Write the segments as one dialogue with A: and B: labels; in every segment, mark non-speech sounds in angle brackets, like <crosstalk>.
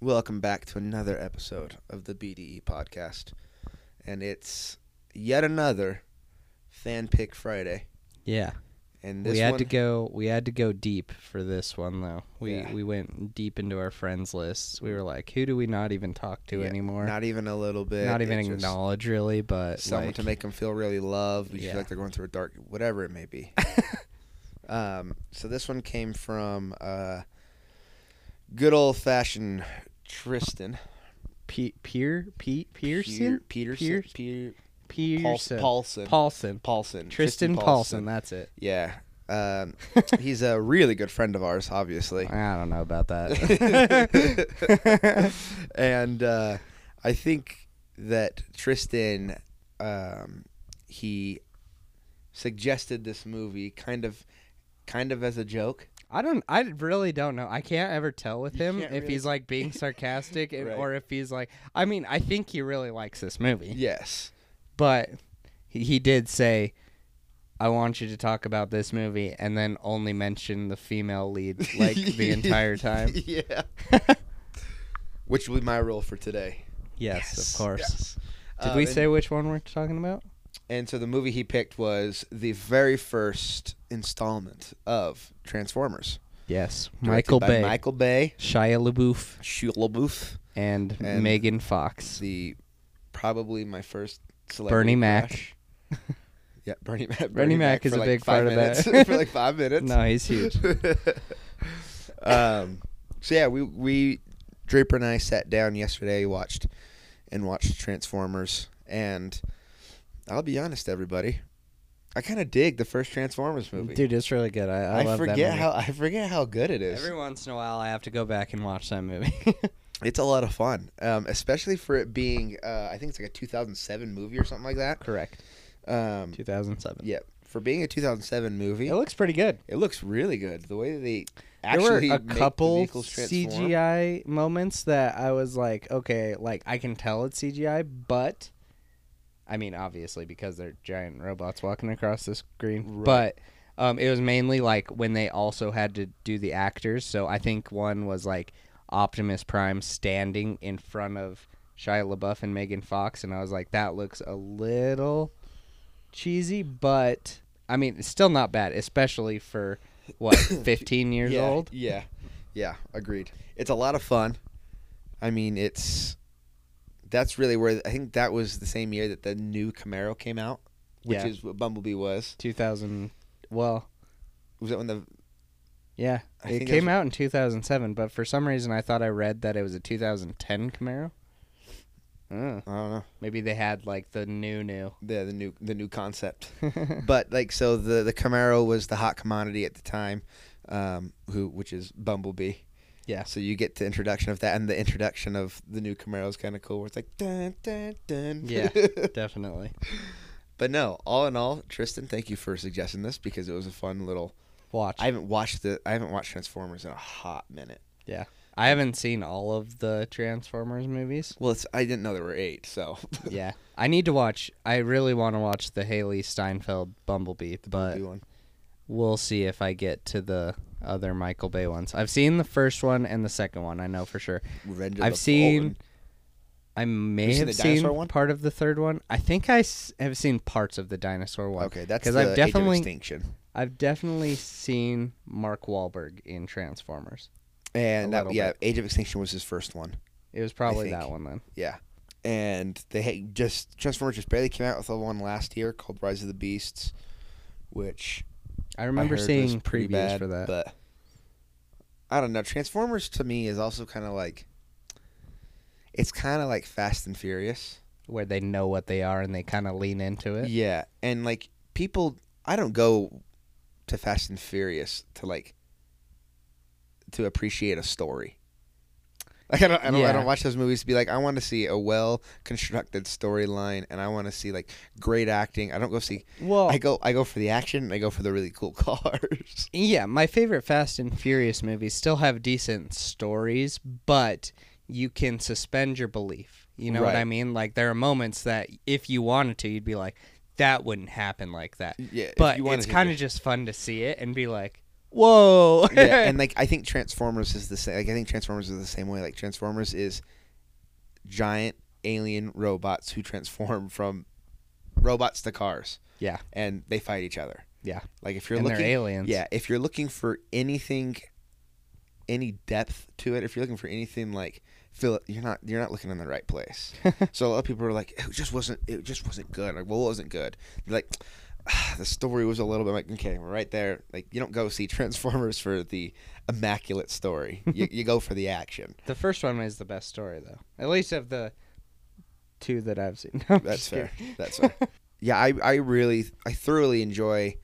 A: Welcome back to another episode of the BDE podcast. And it's yet another fan pick Friday.
B: Yeah,
A: And this
B: we had
A: one,
B: to go. We had to go deep for this one though. We
A: Yeah.
B: we went deep into our friends lists. We were like, who do we not even talk to
A: Yeah,
B: anymore? Not,
A: not even a little bit.
B: even
A: It's just
B: acknowledge really, but
A: someone
B: like,
A: to make them feel really loved. We
B: Yeah.
A: feel like they're going through a dark, whatever it may
B: <laughs>
A: be. um, so this one came from uh, good old fashioned Tristan
B: Pe- Peer Pete Pearson
A: Peter- Peterson.
B: Pierce?
A: Peter,
B: Pearson
A: Paulson. Paulson.
B: Paulson
A: Paulson.
B: Tristan Paulson. That's
A: <laughs>
B: it.
A: Yeah. Um, he's a really good friend of ours, obviously.
B: I don't know about that.
A: <laughs> and uh, I think that Tristan, um, he suggested this movie kind of, kind of as a joke.
B: I don't. I really don't know. I can't ever tell with
A: You
B: him if
A: can't really-
B: he's like being sarcastic and-
A: <laughs> Right.
B: or if he's like. I mean, I think he really likes this movie.
A: Yes.
B: but he, he did say i want you to talk about this movie and then only mention the
A: <laughs>
B: female lead <laughs> like the entire time <laughs>
A: yeah. Which will be my rule for today.
B: yes, of
A: <laughs>
B: course
A: yes.
B: did
A: Um,
B: we
A: and-
B: say which one we're talking about
A: And so the movie he picked was the very first installment of Transformers.
B: yes
A: directed
B: michael
A: by
B: bay
A: Michael Bay.
B: shia labeouf
A: Shia LaBeouf.
B: and,
A: And-
B: megan fox
A: The probably my first celebrity
B: bernie
A: crush.
B: mac
A: Yeah, Bernie Mac. Bernie,
B: Mac is
A: for
B: a
A: like
B: big
A: five
B: part of
A: minutes, <laughs>
B: that.
A: for like five minutes.
B: <laughs> no he's huge
A: <laughs> um, so yeah, we we Draper and I sat down yesterday, watched and watched Transformers, and I'll be honest, everybody, I kind of dig the first Transformers movie.
B: dude it's really good i, I,
A: I,
B: love
A: forget
B: that movie.
A: how I forget how good it is.
B: every once in a while i have to go back and watch
A: <laughs>
B: that movie
A: It's a lot of fun, um, especially for it being uh, I think it's like a 2007 movie or something like that.
B: correct
A: Um,
B: 2007
A: yeah, for being a 2007 movie,
B: it looks pretty good
A: it looks really good. The way they
B: there were
A: actually
B: a
A: make the
B: couple
A: vehicles transform.
B: CGI moments that I was like, okay, like I can tell it's CGI, but I mean, obviously because they're giant robots walking across the screen,
A: Right.
B: but um, it was mainly like when they also had to do the actors. So I think one was like Optimus Prime standing in front of Shia LaBeouf and Megan Fox, and I was like, that looks a little cheesy, but I mean, it's still not bad, especially for what <coughs> 15 years
A: yeah,
B: old.
A: Yeah, yeah, agreed. It's a lot of fun. I mean, it's that's really where I think that was the same year that the new Camaro came out, which
B: Yeah.
A: is what Bumblebee was.
B: 2000 well
A: Was that when the
B: yeah
A: I
B: it
A: think
B: came
A: that's-
B: out in 2007 but for some reason i thought i read that it was a 2010 camaro Uh,
A: I don't know
B: maybe they had like the new <laughs> new
A: the the new the new concept. but like so the the Camaro was the hot commodity at the time, um, who which is Bumblebee.
B: Yeah.
A: So you get the introduction of that, and the introduction of the new Camaro is kind of cool. Where it's like dun dun dun.
B: Yeah. definitely
A: <laughs> but no, all in all, Tristan, thank you for suggesting this because it was a fun little.
B: watch
A: I
B: I,
A: haven't watched the I haven't watched Transformers in a hot minute.
B: haven't seen all of the transformers movies
A: Well, it's I didn't know there were eight, so <laughs>
B: yeah i need to watch i really want to watch the haley steinfeld bumblebee but
A: do one.
B: we'll see if i get to the other michael bay ones i've seen the first one and the second one i know for sure
A: Revenge of
B: I've
A: the
B: seen-
A: Fallen.
B: I may
A: you seen
B: have
A: the
B: seen
A: dinosaur one?
B: part of the third one. I think I s- have seen parts of the dinosaur one.
A: Okay, that's
B: 'Cause
A: the
B: I've definitely-
A: Age of Extinction,
B: I've definitely seen Mark Wahlberg in Transformers.
A: and that,
B: little
A: yeah, Age of Extinction was his first one.
B: It was probably
A: think.
B: that one then.
A: Yeah. And they had just Transformers just barely came out with the one last year called Rise of the Beasts, which
B: I
A: I
B: remember
A: heard was
B: seeing
A: pretty
B: previews
A: bad,
B: for that.
A: But I don't know. Transformers to me is also kind of like it's kind of like Fast and Furious.
B: where they know what they are and they kind of lean into it.
A: Yeah, and like people, I don't go to Fast and Furious to like to appreciate a story. Like I don't, I don't, I
B: Yeah.
A: don't watch those movies to be like, I want to see a well constructed storyline, and I want to see like great acting. I don't go see.
B: Well,
A: I go, I go for the action. and I go for the really cool <laughs> cars.
B: yeah, my favorite Fast and Furious movies still have decent stories, but you can suspend your belief. You know what
A: Right.
B: I mean? Like there are moments that if you wanted to, you'd be like, that wouldn't happen like that.
A: yeah,
B: but it's kind of just fun to see it and be like, <laughs> whoa.
A: yeah, and like I think Transformers is the same. Like I think Transformers is the same way. Like Transformers is giant alien robots who transform from robots to cars.
B: Yeah.
A: and they fight each other.
B: Yeah.
A: like if you're
B: and they're
A: looking,
B: aliens.
A: yeah, if you're looking for anything, any depth to it, if you're looking for anything like Philip, you're not you're not looking in the right place. so a lot of people are like, it just wasn't it just wasn't good. Like, well, it wasn't good. They're like "Ah, the story was a little bit like okay, we're right there. Like you don't go see <laughs> Transformers for the immaculate story. you, you go for the action.
B: The first one is the best story though. At least of the two that I've seen. <laughs>
A: That's fair. That's fair. yeah, I, I really, I thoroughly enjoy,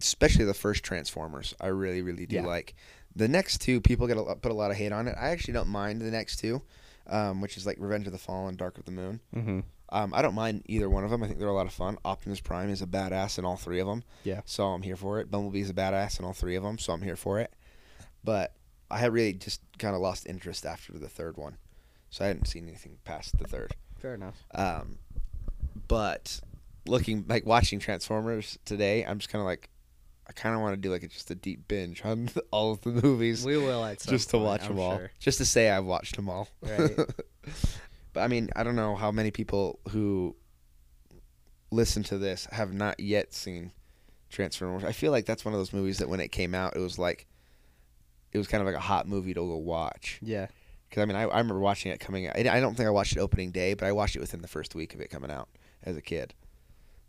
A: especially the first Transformers. I really, really do
B: Yeah.
A: like. The next two, people get a, lot- put a lot of hate on it. I actually don't mind the next two, um, which is like Revenge of the Fallen, Dark of the Moon.
B: mm-hmm.
A: Um, I don't mind either one of them. I think they're a lot of fun. Optimus Prime is a badass in all three of them.
B: Yeah.
A: So I'm here for it. Bumblebee's a badass in all three of them, so I'm here for it. But I had really just kind of lost interest after the third one, so I hadn't seen anything past the third.
B: Fair enough.
A: Um, but looking like watching Transformers today, I'm just kind of like, I kind of want to do like a, just a deep binge on <laughs> all of the movies,
B: We will at some
A: just to
B: point,
A: watch
B: I'm
A: them all,
B: sure.
A: just to say I've watched them all.
B: Right.
A: <laughs> but I mean, I don't know how many people who listen to this have not yet seen Transformers. I feel like that's one of those movies that when it came out, it was like, it was kind of like a hot movie to go watch.
B: Yeah.
A: Because I mean, I, I remember watching it coming out. I I don't think I watched it opening day, but I watched it within the first week of it coming out as a kid.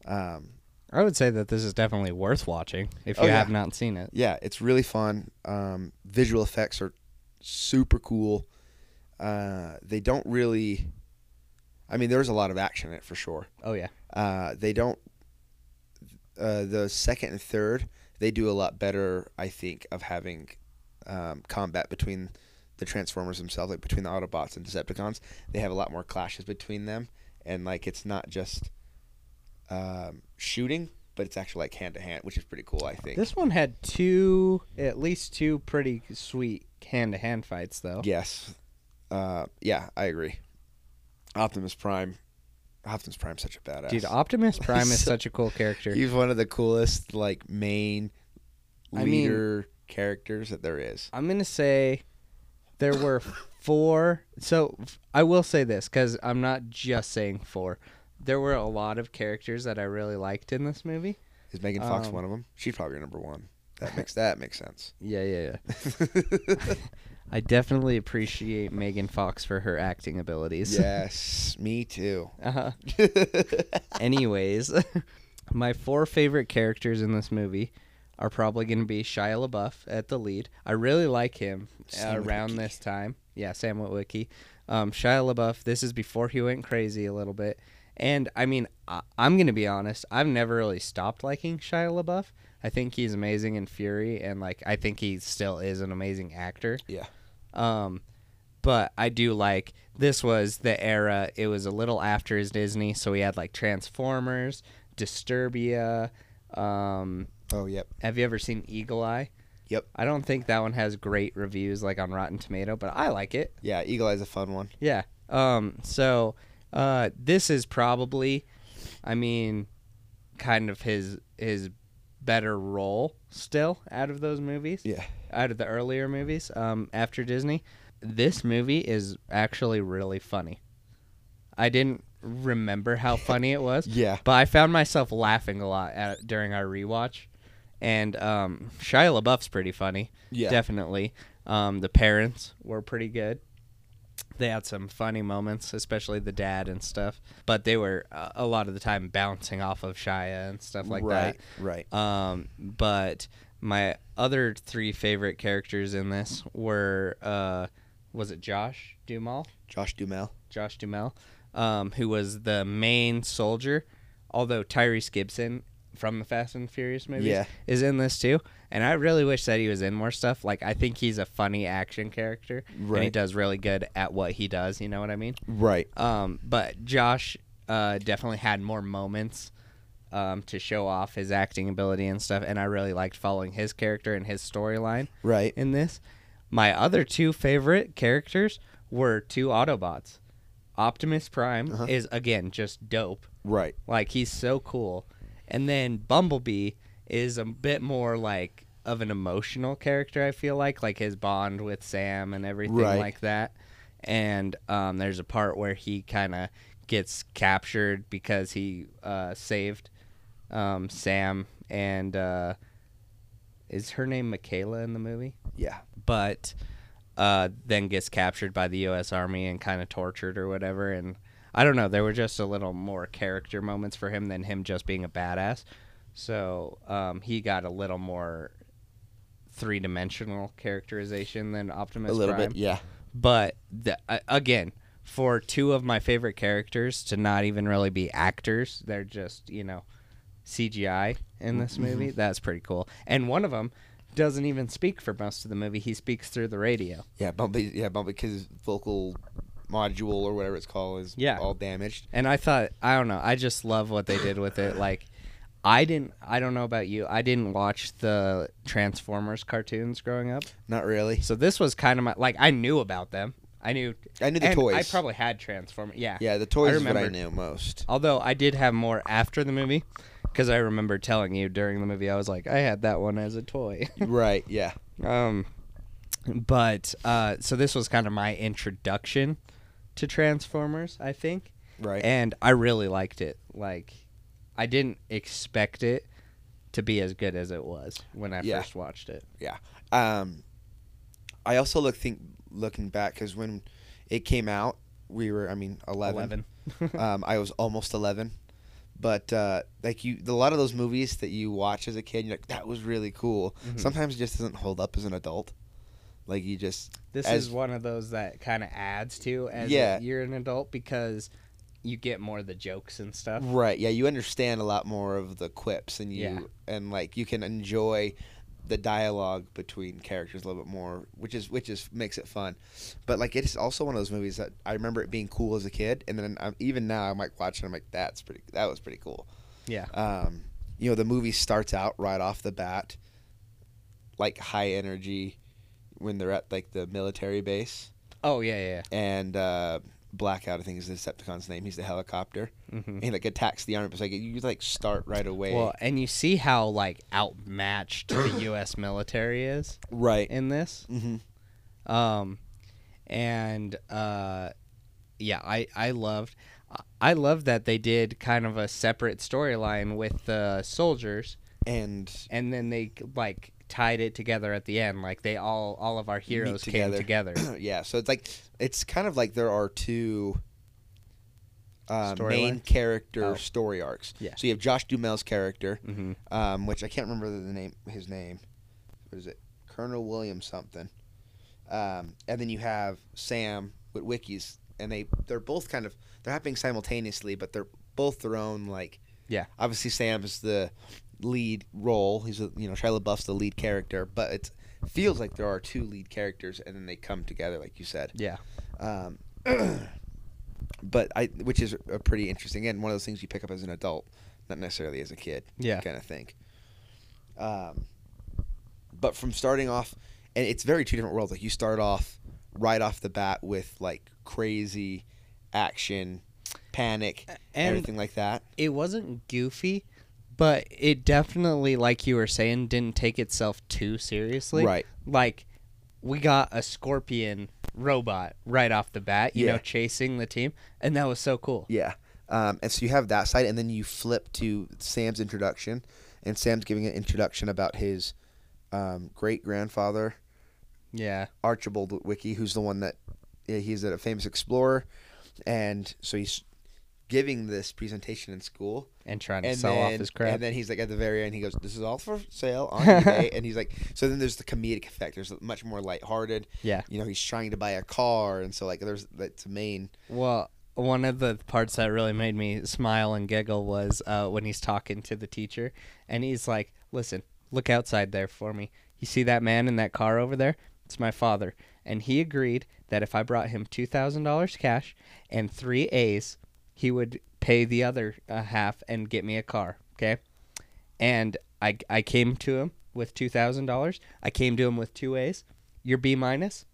A: Um,
B: I would say that this is definitely worth watching if
A: Oh,
B: you
A: yeah.
B: have not seen it.
A: yeah, it's really fun. Um, visual effects are super cool. Uh, they don't really. I mean, there's a lot of action in it for sure.
B: Oh yeah.
A: Uh, they don't. Uh, the second and third, they do a lot better, I think, of having um, combat between the Transformers themselves, like between the Autobots and Decepticons. They have a lot more clashes between them, and like it's not just um, shooting, but it's actually like hand to hand, which is pretty cool, I think.
B: This one had two, at least two pretty sweet hand-to-hand fights though.
A: Yes. Uh, yeah, I agree. Optimus Prime. Optimus Prime's such a badass.
B: Dude, Optimus Prime <laughs> is
A: So-
B: such a cool character.
A: He's one of the coolest, like main
B: I mean-
A: leader characters that there is.
B: I'm gonna say there <laughs> were four. So f- I will say this because I'm not just saying four. There were a lot of characters that I really liked in this movie.
A: Is Megan Fox
B: Um,
A: one of them? She's probably your number one. <laughs> That makes that makes sense.
B: Yeah, yeah, yeah. I definitely appreciate Megan Fox for her acting abilities.
A: yes, me too.
B: Uh-huh. <laughs> Anyways, <laughs> my four favorite characters in this movie are probably going to be Shia LaBeouf at the lead. I really like him uh,
A: Sam
B: around
A: Witwicky.
B: this time. Yeah, Sam Witwicky. Um, Shia LaBeouf. This is before he went crazy a little bit. And I mean, I- I'm going to be honest. I've never really stopped liking Shia LaBeouf. I think he's amazing in Fury, and like I think he still is an amazing actor.
A: Yeah.
B: Um, but I do like this was the era. It was a little after his Disney, so we had like Transformers, Disturbia. Um,
A: oh yep.
B: have you ever seen Eagle Eye?
A: Yep.
B: I don't think that one has great reviews like on Rotten Tomato, but I like it.
A: Yeah, Eagle Eye's a fun one.
B: Yeah. Um. So, uh, this is probably, I mean, kind of his his better role still out of those movies
A: Yeah.
B: out of the earlier movies um, after Disney. This movie is actually really funny. I didn't remember how funny it was,
A: Yeah.
B: but I found myself laughing a lot at, during our rewatch. And um, Shia LaBeouf's pretty funny,
A: Yeah.
B: definitely. Um, the parents were pretty good. They had some funny moments, especially the dad and stuff. But they were uh, a lot of the time bouncing off of Shia and stuff like that.
A: right. Right.
B: Um, but my other three favorite characters in this were uh, was it Josh Duhamel?
A: Josh Dumel.
B: Josh Duhamel, um, who was the main soldier. Although Tyrese Gibson from the Fast and Furious movies
A: Yeah.
B: is in this too, and I really wish that he was in more stuff. Like I think he's a funny action character, and he
A: Right.
B: does really good at what he does. You know what I mean?
A: Right.
B: Um, but Josh uh, definitely had more moments um, to show off his acting ability and stuff, and I really liked following his character and his storyline
A: Right.
B: in this. My other two favorite characters were two Autobots. Optimus Prime
A: Uh-huh.
B: is again just dope.
A: Right.
B: Like he's so cool. And then Bumblebee is a bit more like of an emotional character. I feel like like his bond with Sam and everything
A: Right.
B: like that. And um, there's a part where he kind of gets captured because he uh, saved um, Sam and uh, is her name Michaela in the movie?
A: Yeah.
B: but uh, then gets captured by the U.S. Army and kind of tortured or whatever. And I don't know. There were just a little more character moments for him than him just being a badass. So um, he got a little more three dimensional characterization than Optimus
A: a little
B: Prime.
A: bit. Yeah.
B: But the, uh, again, for two of my favorite characters to not even really be actors, they're just you know CGI in this
A: Mm-hmm.
B: movie. That's pretty cool. And one of them doesn't even speak for most of the movie. He speaks through the radio.
A: Yeah, Bumpy. Yeah, Bumpy, because vocal module or whatever it's called is
B: Yeah.
A: all damaged.
B: And I thought, I don't know, I just love what they did with it. Like, I didn't, I don't know about you, I didn't watch the Transformers cartoons growing up.
A: Not really.
B: So this was kind of my, like, I knew about them. I knew,
A: I knew the
B: and
A: toys.
B: I probably had Transformers. Yeah.
A: yeah, the toys is what I knew
B: remember.
A: most.
B: Although I did have more after the movie because I remember telling you during the movie, I was like, I had that one as a toy. <laughs>
A: right. Yeah.
B: Um, but uh, so this was kind of my introduction to Transformers, I think,
A: Right.
B: and I really liked it. Like, I didn't expect it to be as good as it was when I
A: Yeah.
B: first watched it.
A: Um, I also look think looking back because when it came out, we were I mean eleven. <laughs> um, I was almost eleven, but uh, like you, a lot of those movies that you watch as a kid, you're like, that was really cool.
B: Mhm.
A: Sometimes it just doesn't hold up as an adult. Like you just
B: <laughs> This
A: as-
B: is one of those that kind of adds to as
A: Yeah.
B: you're an adult because you get more of the jokes and stuff.
A: right, yeah, you understand a lot more of the quips and you
B: Yeah.
A: and like you can enjoy the dialogue between characters a little bit more, which is which is makes it fun. But like it's also one of those movies that I remember it being cool as a kid, and then i even now I'm like watching, I'm like that's pretty, that was pretty cool.
B: Yeah.
A: Um, you know, the movie starts out right off the bat, like high energy when they're at like the military base
B: Oh yeah, yeah.
A: and uh, Blackout. I think is the Decepticon's name. He's the helicopter.
B: yeah. hmm
A: And he like attacks the army. But it's like you like start right away.
B: Well, and you see how like outmatched the U.S. military is.
A: right.
B: in this.
A: hmm
B: Um, and uh, yeah, I I loved I loved that they did kind of a separate storyline with the soldiers,
A: And <clears throat>
B: and then they like tied it together at the end. Like they all all of our heroes came together.
A: yeah. So it's like it's kind of like there are two. Uh,
B: Story
A: main
B: lines?
A: character
B: Oh.
A: story arcs.
B: Yeah.
A: So you have Josh Dumel's character,
B: hmm
A: um, which I can't remember the name his name. What is it? Colonel William something. Um, and then you have Sam with Wikis, and they they're both kind of they're happening simultaneously, but they're both their own like.
B: Yeah.
A: Obviously, Sam's the lead role. He's a, you know Shia LaBeouf's the lead character, but it feels like there are two lead characters, and then they come together, like you said.
B: Yeah.
A: Um, <clears throat> but I, which is a pretty interesting and one of those things you pick up as an adult, not necessarily as a kid
B: Yeah.
A: kind of thing. Um, but from starting off, and it's very two different worlds. Like you start off right off the bat with like crazy action, panic,
B: And
A: everything like that.
B: it wasn't goofy, but it definitely, like you were saying, didn't take itself too seriously.
A: Right.
B: Like, we got a scorpion robot right off the bat, you
A: Yeah.
B: know, chasing the team, and that was so cool.
A: Yeah. Um, and so you have that side, and then you flip to Sam's introduction, and Sam's giving an introduction about his um, great grandfather
B: Yeah.
A: Archibald Wiki, who's the one that yeah, he's a famous explorer, and so he's giving this presentation in school.
B: And trying to sell off his crap.
A: And then he's like at the very end, he goes, "This is all for sale
C: <laughs>
A: on eBay." and he's like, so then there's the comedic effect. There's much more lighthearted.
B: Yeah.
A: You know, he's trying to buy a car, and so like there's that's the main.
B: well, one of the parts that really made me smile and giggle was uh, when he's talking to the teacher, and he's like, listen, look outside there for me. You see that man in that car over there? It's my father. And he agreed that if I brought him $2,000 cash and three A's, he would pay the other uh, half and get me a car. Okay. And I, I came to him with $2,000. I came to him with two A's. Your B minus.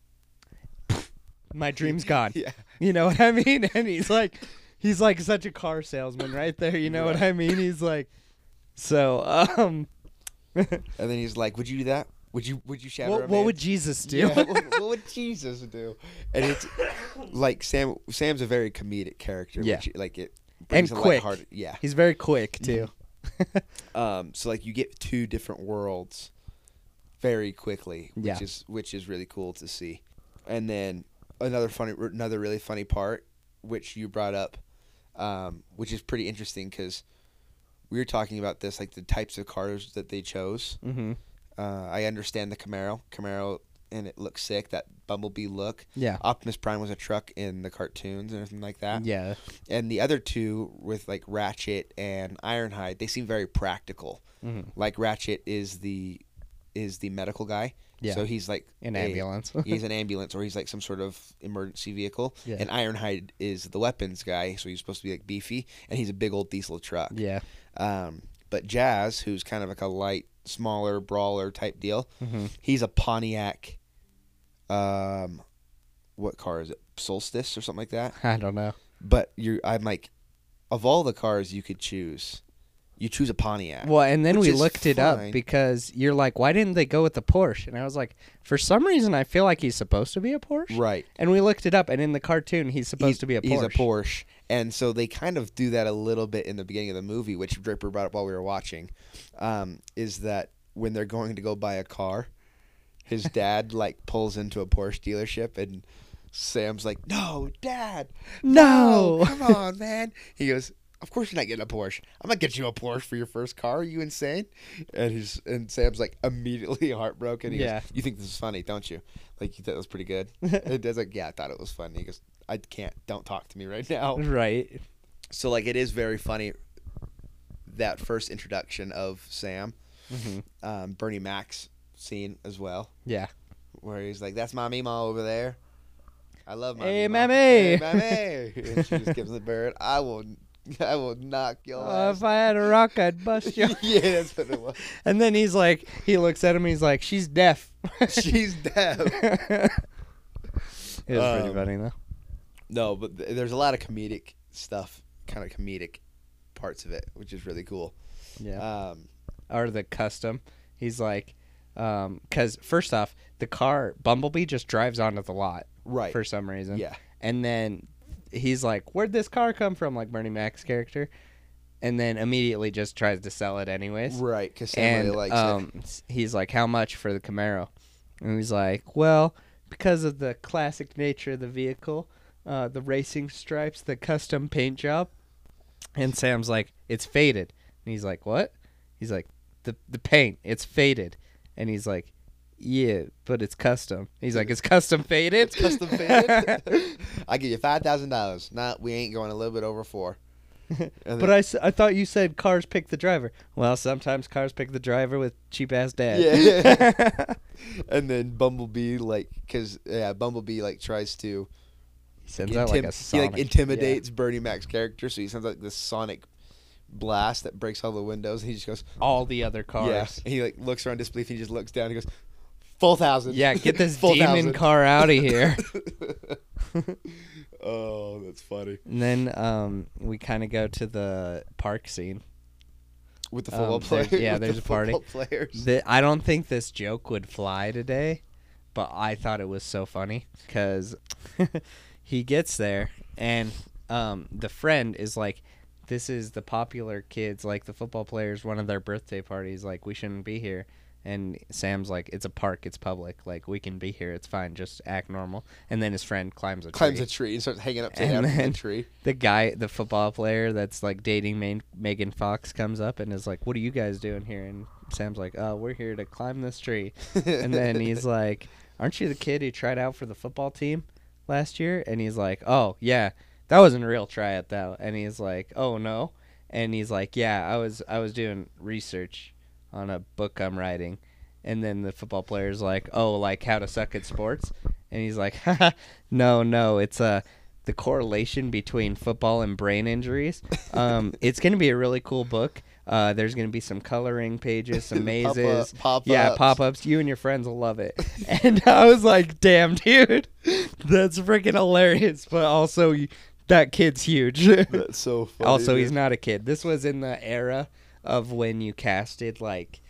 B: My dream's gone.
A: Yeah.
B: You know what I mean? <laughs> And he's like, he's like such a car salesman right there. You know what I mean? He's like, so um,
A: And then he's like, "Would you do that? Would you? Would you shatter a
C: What,
A: man?"
C: what would Jesus do? <laughs>
A: Yeah,
B: <laughs>
A: what, would- what would Jesus do? And it's like Sam. Sam's a very comedic character.
C: Yeah.
A: which, like it.
C: And
A: brings a
C: quick.
A: lighthearted- Yeah.
C: He's very quick too.
A: Um. So like you get two different worlds very quickly, which
C: Yeah.
A: is which is really cool to see. And then another funny, another really funny part, which you brought up, um, which is pretty interesting because we were talking about this, like the types of cars that they chose.
B: Mm-hmm.
A: Uh, I understand the Camaro. Camaro, and it looks sick. That bumblebee look.
C: Yeah.
A: Optimus Prime was a truck in the cartoons and everything like that.
C: Yeah.
A: And the other two with like Ratchet and Ironhide, they seem very practical.
B: Mhm.
A: Like Ratchet is the is the medical guy.
C: Yeah.
A: So he's like
B: An
A: a-
B: ambulance. <laughs>
A: he's an ambulance or he's like some sort of emergency vehicle.
C: Yeah.
A: And Ironhide is the weapons guy, so he's supposed to be like beefy and he's a big old diesel truck.
C: Yeah.
A: Um, but Jazz, who's kind of like a light, smaller brawler type deal,
B: Mhm.
A: he's a Pontiac. Um, what car is it? Solstice or something like that.
B: I don't know.
A: But you, I'm like, of all the cars you could choose, you choose a Pontiac.
B: Well, and then
A: Which
B: we
A: is
B: looked it
A: fine.
B: up because you're like, why didn't they go with the Porsche? And I was like, for some reason, I feel like he's supposed to be a Porsche.
A: right.
B: And we looked it up, and in the cartoon, he's supposed
A: He's-
B: to be a Porsche.
A: He's a Porsche, and so they kind of do that a little bit in the beginning of the movie, which Draper brought up while we were watching. Um, is that when they're going to go buy a car, his <laughs> dad like pulls into a Porsche dealership, and Sam's like, "No, Dad,
B: No."
A: Oh, come on, <laughs> man." He goes. Of course you're not getting a Porsche. I'm gonna get you a Porsche for your first car. Are you insane? And he's and Sam's like immediately <laughs> heartbroken. He
B: Yeah.
A: goes, "You think this is funny, don't you? Like you thought it was pretty <laughs> good." and Dad's like, "Yeah, I thought it was funny." He goes, I can't. Don't talk to me right now.
B: <laughs> Right.
A: So like, it is very funny. That first introduction of Sam,
B: Mhm.
A: um, Bernie Mac's scene as well,
B: Yeah.
A: where he's like, "That's my mima over there. I love my
B: Hey,
A: mima.
B: mammy."
A: Hey, <laughs> mammy. and she just gives the bird. I will. I will knock your
B: Uh,
A: ass.
B: if I had a rock, I'd
A: <laughs>
B: bust you.
A: yeah, that's what it was.
B: and then he's like, he looks at him, he's like, she's deaf.
A: <laughs> She's deaf.
B: <laughs> it was pretty
A: Um,
B: funny though.
A: No, but th- there's a lot of comedic stuff, kind of comedic parts of it, which is really cool.
B: Yeah.
A: Um,
B: uh, or the custom. He's like, um, because first off, the car Bumblebee just drives onto the lot
A: right.
B: for some reason.
A: Yeah.
B: And then he's like, "Where'd this car come from?" Like Bernie Mac's character, and then immediately just tries to sell it anyways.
A: Right, because Sam
B: and
A: really likes <laughs>
B: um, s- he's like, "How much for the Camaro?" And he's like, "Well, because of the classic nature of the vehicle, uh, the racing stripes, the custom paint job." And Sam's like, "It's faded." And he's like, "What?" He's like, "The the paint, it's faded." And he's like, "Yeah, but it's custom." He's like, "It's custom
A: it.
B: faded."
A: Custom fitted. <laughs> I give you five thousand dollars. Not we ain't going a little bit over <laughs> four. And
B: <laughs> But I, s- I thought you said cars pick the driver. Well, sometimes cars pick the driver with cheap ass dad.
A: Yeah.
B: <laughs>
A: and then Bumblebee like because yeah Bumblebee like tries to
B: he sends out
A: intim-
B: like a
A: he
B: sonic.
A: like intimidates Bernie Mac's character, so he sends like this sonic blast that breaks all the windows, and he just goes
B: all the other cars.
A: yeah.
B: <laughs>
A: And he like looks around disbelief, and he just looks down, and he goes four thousand.
B: Yeah,
A: <laughs>
B: get this demon car <laughs> out of here.
A: oh, that's funny.
B: and then um, we kind of go to the park scene.
A: With the football
B: Um, there-
A: players.
B: yeah,
A: with the
B: there's a party.
A: football Players.
B: The, I don't think this joke would fly today, but I thought it was so funny because <laughs> he gets there and um, the friend is like, "This is the popular kids, like the football players, one of their birthday parties. Like we shouldn't be here." And Sam's like, "It's a park, it's public. Like we can be here, it's fine. Just act normal." And then his friend climbs a
A: climbs
B: tree.
A: a tree and starts hanging upside
B: And
A: down from
B: then-
A: the tree.
B: the guy, the football player that's like dating Ma- Megan Fox, comes up and is like, "What are you guys doing here?" And Sam's like, "Oh, we're here to climb this tree." <laughs>
A: <laughs>
B: And then he's like, "Aren't you the kid who tried out for the football team last year?" And he's like, "Oh yeah, that wasn't a real tryout though." And he's like, "Oh no," and he's like, "Yeah, I was I was doing research on a book I'm writing." And then the football player's like, "Oh, like how to suck at sports?" And he's like, <laughs> Haha, "No, no, it's uh, the correlation between football and brain injuries. Um, it's gonna be a really cool book. Uh, there's gonna be some coloring
A: <laughs>
B: pages, some
A: Pop-up-
B: mazes,
A: pop-ups.
B: yeah, pop ups. You and your friends will love it. <laughs> and I was like, damn, dude, that's freaking hilarious. But also, y- that kid's huge. <laughs>
A: That's so funny.
B: also,
A: dude.
B: he's not a kid. This was in the era of when you casted like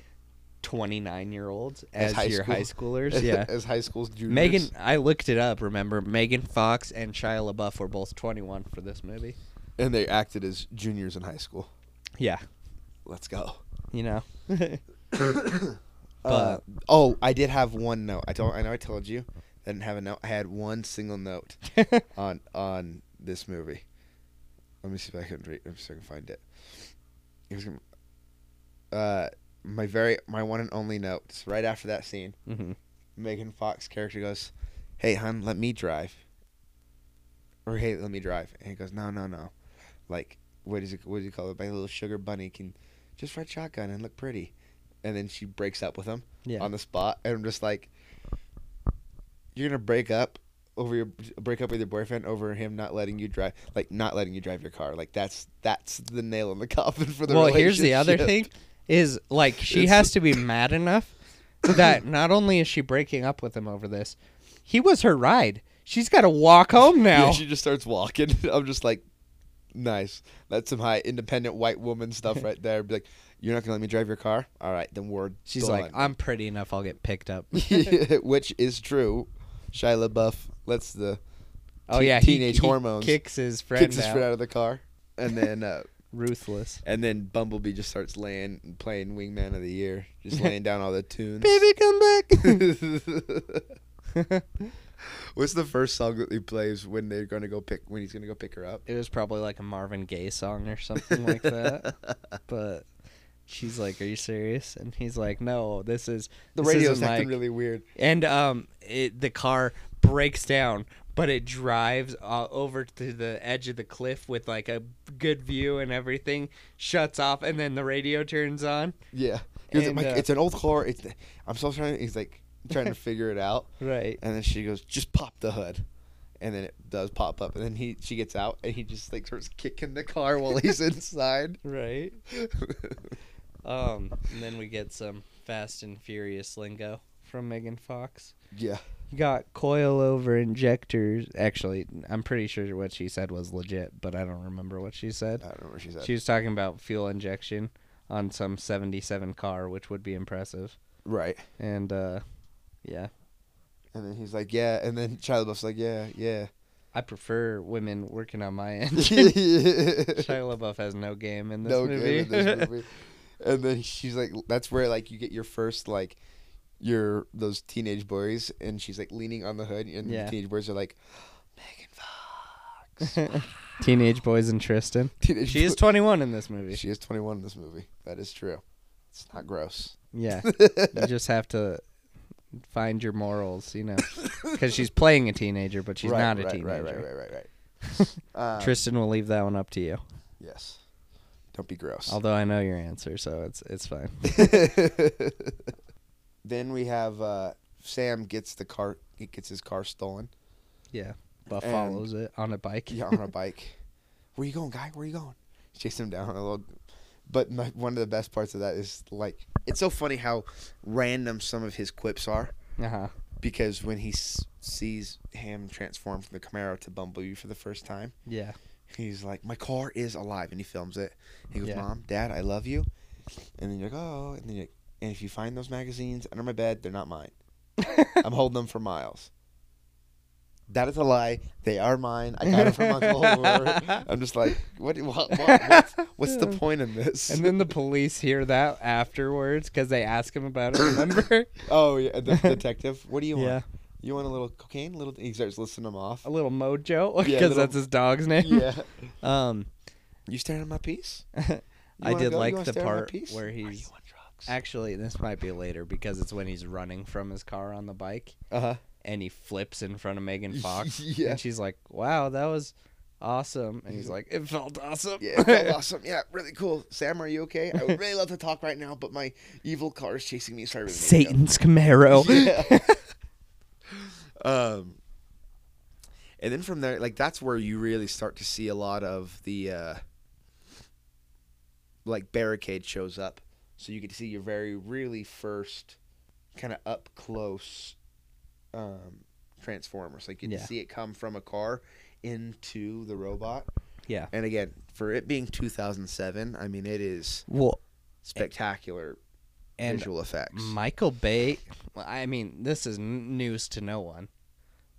B: twenty nine year olds
A: As
B: as,
A: high
B: your high
A: <laughs>
B: schoolers. Yeah.
A: as high school's juniors.
B: Megan, I looked it up. Remember, Megan Fox and Shia LaBeouf were both 21 for this movie.
A: and they acted as juniors in high school.
B: Yeah,
A: Let's
B: <coughs>
A: go.
B: you know. <laughs>
A: Uh,
B: But-
A: oh, I did have one note. I told I know I told you I didn't have a note. I had one single note on on this movie. Let me see if I can read, if I can find it. It was, uh, my very my one and only note. It's right after that scene.
B: hmm
A: Megan Fox character goes, "Hey, hun, let me drive." Or hey, let me drive. And he goes, "No, no, no." Like, what is it? What do you call it? My little sugar bunny can just ride shotgun and look pretty. And then she breaks up with him
B: Yeah.
A: on the spot, and I'm just like, "You're gonna break up over your break up with your boyfriend over him not letting you drive, like not letting you drive your car. Like that's that's the nail in the <laughs> coffin for the
B: well, here's the other
A: relationship."
B: thing is like she
A: It's-
B: has to be mad enough that not only is she breaking up with him over this, he was her ride. She's got to walk home now.
A: Yeah, she just starts walking. <laughs> I'm just like, nice. That's some high independent white woman stuff
B: <laughs>
A: right there. Be like, you're not gonna let me drive your car? All right, then we're.
B: She's
A: done." <laughs>
B: like, I'm pretty enough. I'll get picked up.
A: which is true. Shia LaBeouf lets the
B: Oh
A: Te-
B: yeah, he-
A: teenage
B: he
A: hormones.
B: kicks his friend
A: kicks his
B: out.
A: foot out of the car, and then uh, <laughs>
B: Ruthless.
A: and then Bumblebee just starts laying playing Wingman of the Year, just laying down all the tunes.
B: <laughs> Baby, come
A: <laughs>
B: back.
A: What's the first song that he plays when they're gonna go pick when he's gonna go pick her up?
B: it was probably like a Marvin Gaye song or something
A: <laughs>
B: like that. But she's like, "Are you serious?" And he's like, "No, this is
A: The
B: this
A: radio's
B: isn't,
A: acting
B: like-
A: really weird.
B: And um, it, the car breaks down, but it drives uh, over to the edge of the cliff with like a good view and everything. Shuts off, and then the radio turns on.
A: Yeah, he was
B: And,
A: like,
B: uh,
A: it's an old car. It's I'm still trying. He's like trying to <laughs> figure it out,
B: Right.
A: and then she goes, "Just pop the hood," and then it does pop up, and then he she gets out, and he just like starts kicking the car while <laughs> he's inside.
B: Right. Um, and then we get some Fast and Furious lingo from Megan Fox.
A: yeah,
B: You got coilover injectors. Actually, I'm pretty sure what she said was legit, but I don't remember what she
A: I
B: said.
A: don't remember what she said.
B: She was talking about fuel injection on some 77 car, which would be impressive.
A: right,
B: And uh yeah,
A: and then he's like, "Yeah," and then Shia LaBeouf's like, "Yeah, yeah."
B: I prefer women working on my
A: <laughs>
B: end.
A: Shia
B: Shia LaBeouf has no game in this
A: no good
B: movie.
A: in
B: <laughs>
A: this movie. and then she's like, that's where like you get your first like your those teenage boys, and she's like leaning on the hood, and
B: Yeah.
A: the teenage boys are like, Megan Fox.
B: Teenage boys
A: <laughs>
B: and Tristan.
A: Teenage
B: <laughs> She is
A: boy-
B: 21 in this movie.
A: she is twenty one in this movie. That is true. It's not gross.
B: Yeah,
A: <laughs>
B: you just have to find your morals, you know, because she's playing a teenager, but she's
A: Right,
B: not a
A: right, Right,
B: teenager.
A: right, right, right,
B: <laughs>
A: right. Um,
B: Tristan will leave that one up to you.
A: Yes. Don't be gross. <laughs>
B: Although I know your answer, so it's it's fine.
A: then we have uh, Sam gets the car. He gets his car stolen.
B: Yeah, Buff
A: And-
B: follows it on a bike.
A: Yeah, on a bike. Where you going, guy? Where you going? Chase him down a little. But my, one of the best parts of that is like it's so funny how random some of his quips are
B: <laughs> uh-huh.
A: because when he s- sees him transform from the Camaro to Bumblebee for the first time,
B: Yeah,
A: he's like, "My car is alive," and he films it. He goes,
B: Yeah.
A: "Mom, Dad, I love you," and then you're like, "Oh," and then you're like, and if you find those magazines under my bed, they're not
B: <laughs>
A: mine. I'm holding them for miles. That is a lie. They are mine. I got it from
B: <laughs>
A: Uncle Homer. I'm just like, what, what, what- what's, what's
B: <laughs>
A: the point in this?
B: and then the police hear that afterwards because they ask him about
A: <coughs>
B: it. Remember,
A: oh yeah,
B: <laughs>
A: the detective. What do you want?
B: Yeah.
A: You want a little cocaine? Little. He starts listing them
B: <laughs>
A: off.
B: a little mojo because
A: little-
B: that's his dog's name.
A: yeah.
B: Um,
A: You staring at my piece?
B: <laughs> I
A: wanna
B: did
A: go? You
B: like
A: wanna
B: the
A: stare at my
B: part
A: piece?
B: where
A: Are you
B: he's
A: on drugs?
B: Actually, this might be later because it's when he's running from his car on the bike
A: Uh-huh.
B: and he flips in front of Megan
A: <laughs>
B: Fox.
A: Yeah.
B: And she's like, wow, that was awesome. And he's like, it felt awesome.
A: Yeah, it
B: <laughs>
A: felt awesome. Yeah, really cool. Sam, are you okay? I would really love to talk right now, but my evil car is chasing me. Sorry,
B: <laughs>
A: really need to go.
B: Satan's Camaro. <laughs>
A: Yeah. um, and then from there, like that's where you really start to see a lot of the uh, like barricade shows up, so you get to see your very really first kind of up close um, transformers. Like you get
B: Yeah.
A: to see it come from a car into the robot.
B: Yeah.
A: And again, for it being 2007, I mean it is
B: Well,
A: spectacular
B: and
A: visual effects.
B: Michael Bay. Well, I mean, this is n- news to no one,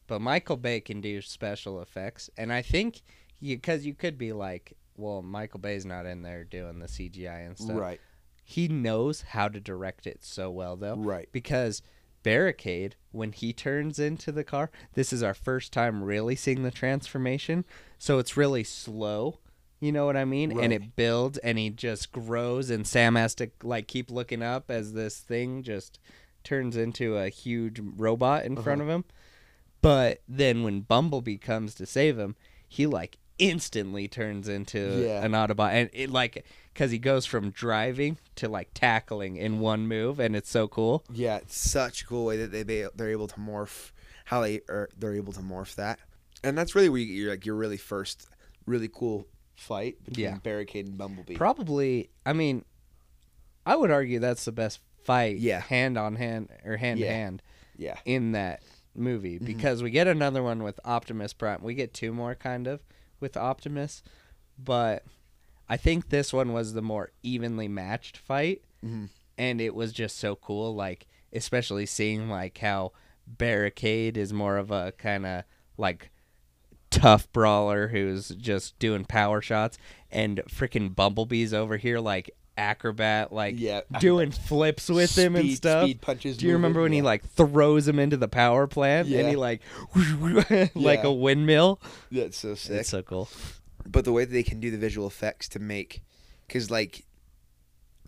B: but Michael Bay can do special effects, and I think because you could be like, well, Michael Bay's not in there doing the CGI and stuff.
A: right,
B: He knows how to direct it so well, though,
A: right.
B: because Barricade, when he turns into the car, this is our first time really seeing the transformation, so it's really slow. You know what I mean?
A: Right.
B: And it builds and he just grows and Sam has to like keep looking up as this thing just turns into a huge robot in front
A: Uh-huh.
B: of him. But then when Bumblebee comes to save him, he like instantly turns into
A: Yeah.
B: an Autobot and it like cuz he goes from driving to like tackling in one move and it's so cool.
A: Yeah, it's such a cool way that they be, they're able to morph how they are they're able to morph that, and that's really where you get your like your really first really cool fight between
B: Yeah.
A: Barricade and Bumblebee.
B: Probably, I mean, I would argue that's the best fight,
A: Yeah.
B: hand on hand or hand
A: Yeah.
B: to hand
A: yeah,
B: in that movie
A: Mm-hmm.
B: because we get another one with Optimus Prime. We get two more kind of with Optimus, but I think this one was the more evenly matched fight,
A: Mhm.
B: and it was just so cool. Like especially seeing like how Barricade is more of a kind of like tough brawler who's just doing power shots, and freaking Bumblebee's over here like acrobat like
A: yeah.
B: doing flips with him and
A: Speed-
B: stuff.
A: Speed punches.
B: Do you
A: moving,
B: remember when he
A: yeah.
B: like throws him into the power plant and
A: Yeah.
B: he like <laughs> like
A: Yeah.
B: a windmill?
A: That's so sick.
B: It's so cool.
A: but the way that they can do the visual effects to make because like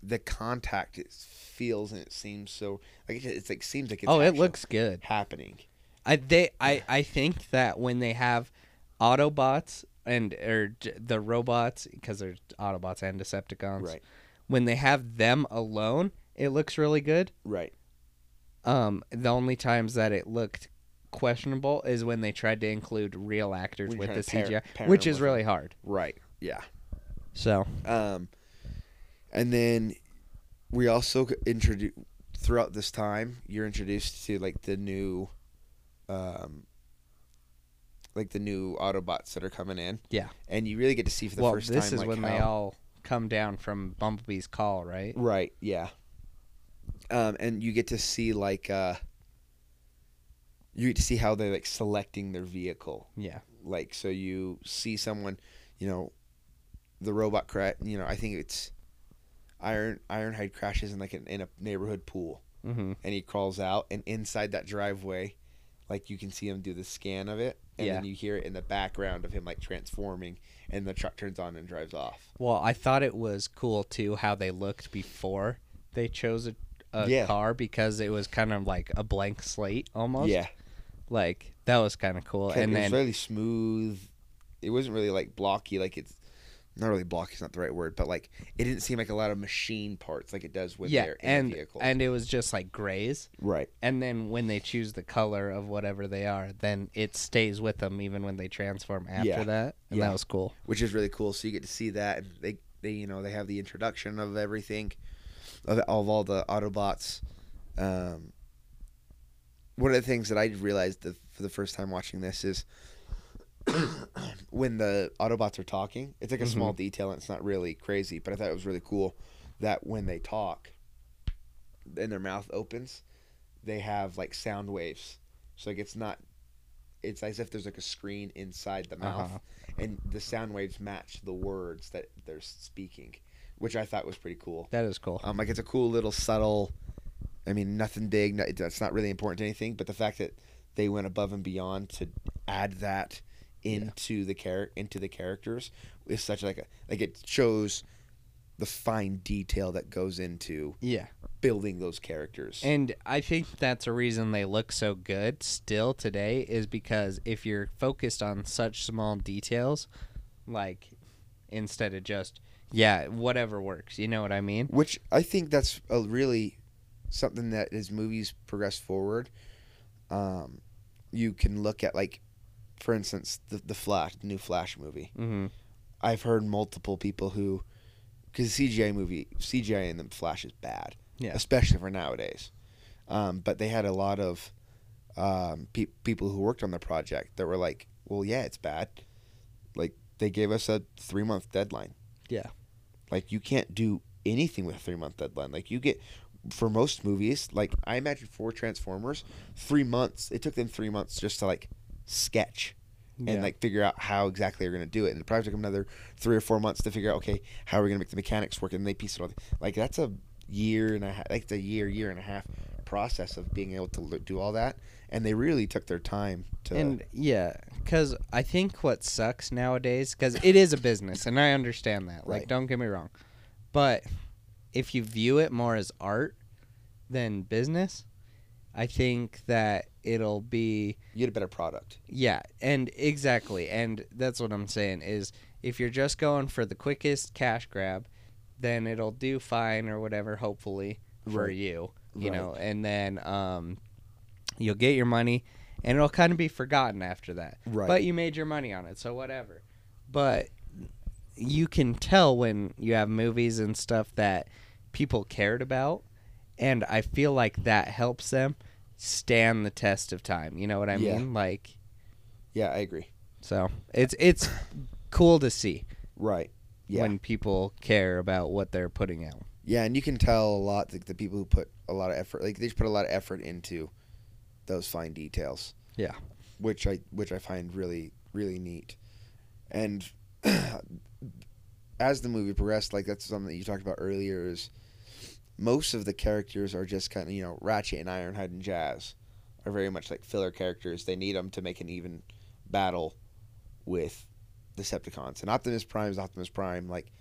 A: the contact it feels and it seems so like it, it's like seems like it's
B: oh, it
A: actually
B: looks good.
A: happening
B: I they I I think that when they have Autobots and or j- the robots because they're Autobots and Decepticons,
A: Right.
B: When they have them alone, it looks really good.
A: right
B: Um, the only times that it looked questionable is when they tried to include real actors
A: When you're
B: with the
A: trying to pair-
B: CGI,
A: pair
B: which
A: them
B: is
A: with
B: really hard.
A: right yeah
B: So
A: um and then we also introduce throughout this time you're introduced to like the new um like the new autobots that are coming in
B: Yeah.
A: and you really get to see for the
B: well,
A: first time
B: this is
A: like,
B: when
A: how,
B: they all come down from Bumblebee's call, right?
A: Right. Yeah. Um, and you get to see like uh, you get to see how they're like selecting their vehicle.
B: Yeah.
A: Like so, you see someone, you know, the robot crash. You know, I think it's Iron Ironhide crashes in like an, in a neighborhood pool,
B: Mm-hmm.
A: and he crawls out, and inside that driveway, like you can see him do the scan of it, and then you hear it in the background of him like transforming, and the truck turns on and drives off.
B: Well, I thought it was cool too how they looked before they chose a, a
A: Yeah.
B: car because it was kind of like a blank slate almost.
A: Yeah.
B: Like that was kind of cool.
A: Kinda-
B: And
A: it was
B: then
A: really smooth. It wasn't really like blocky. Like it's not really blocky. Is not the right word, but like it didn't seem like a lot of machine parts like it does when
B: yeah,
A: they're in
B: and
A: the vehicle.
B: and it was just like grays.
A: right,
B: And then when they choose the color of whatever they are, then it stays with them even when they transform after
A: Yeah.
B: that. And
A: Yeah.
B: that was cool.
A: which is really cool. So you get to see that. And they they you know they have the introduction of everything, of, of all the Autobots. Um, one of the things that I realized the, for the first time watching this is <coughs> when the Autobots are talking, it's like a small detail and it's not really crazy, but I thought it was really cool that when they talk and their mouth opens, they have like sound waves. So like it's not it's as if there's like a screen inside the mouth
B: Uh-huh.
A: and the sound waves match the words that they're speaking, which I thought was pretty cool.
B: That is cool.
A: Um, like it's a cool little subtle. I mean, nothing big. No, it's not really important to anything. But the fact that they went above and beyond to add that into the char- into the characters is such like a like it shows the fine detail that goes into
B: Yeah.
A: building those characters.
B: And I think that's a reason they look so good still today is because if you're focused on such small details, like instead of just yeah, whatever works, you know what I mean?
A: which I think that's a really something that as movies progress forward, um, you can look at like, for instance, the the Flash, the new Flash movie.
B: Mm-hmm.
A: I've heard multiple people who, because CGI movie CGI in the Flash is bad,
B: Yeah.
A: especially for nowadays. Um, but they had a lot of um, pe- people who worked on the project that were like, "Well, yeah, it's bad." Like they gave us a three month deadline.
B: Yeah.
A: Like you can't do anything with a three month deadline. Like you get for most movies, like I imagine for Transformers, three months. It took them three months just to like sketch and
B: Yeah.
A: like figure out how exactly they're gonna do it. And it probably took them another three or four months to figure out okay how are we gonna make the mechanics work. And they piece it all. Like that's a year and a half, like it's a year, year and a half process of being able to l- do all that. And they really took their time to.
B: And yeah, because I think what sucks nowadays, because it is a business, and I understand that. Like,
A: Right.
B: don't get me wrong, but if you view it more as art than business, I think that it'll be
A: you get a better product.
B: yeah, and exactly, and that's what I'm saying is if you're just going for the quickest cash grab, then it'll do fine or whatever, hopefully for
A: Right.
B: you, you
A: Right.
B: know, and then um, you'll get your money, and it'll kind of be forgotten after that
A: Right.
B: but you made your money on it, so whatever. But you can tell when you have movies and stuff that people cared about, and I feel like that helps them stand the test of time. You know what I
A: Yeah.
B: mean? Like,
A: yeah, I agree.
B: so it's it's cool to see
A: Right. Yeah.
B: when people care about what they're putting out.
A: Yeah, and you can tell a lot like the people who put a lot of effort, like they just put a lot of effort into those fine details.
B: Yeah.
A: which I which I find really really neat, and <clears throat> as the movie progressed, like that's something that you talked about earlier is most of the characters are just kind of you know Ratchet and Ironhide and Jazz are very much like filler characters. They need them to make an even battle with Decepticons and Optimus Prime is Optimus Prime like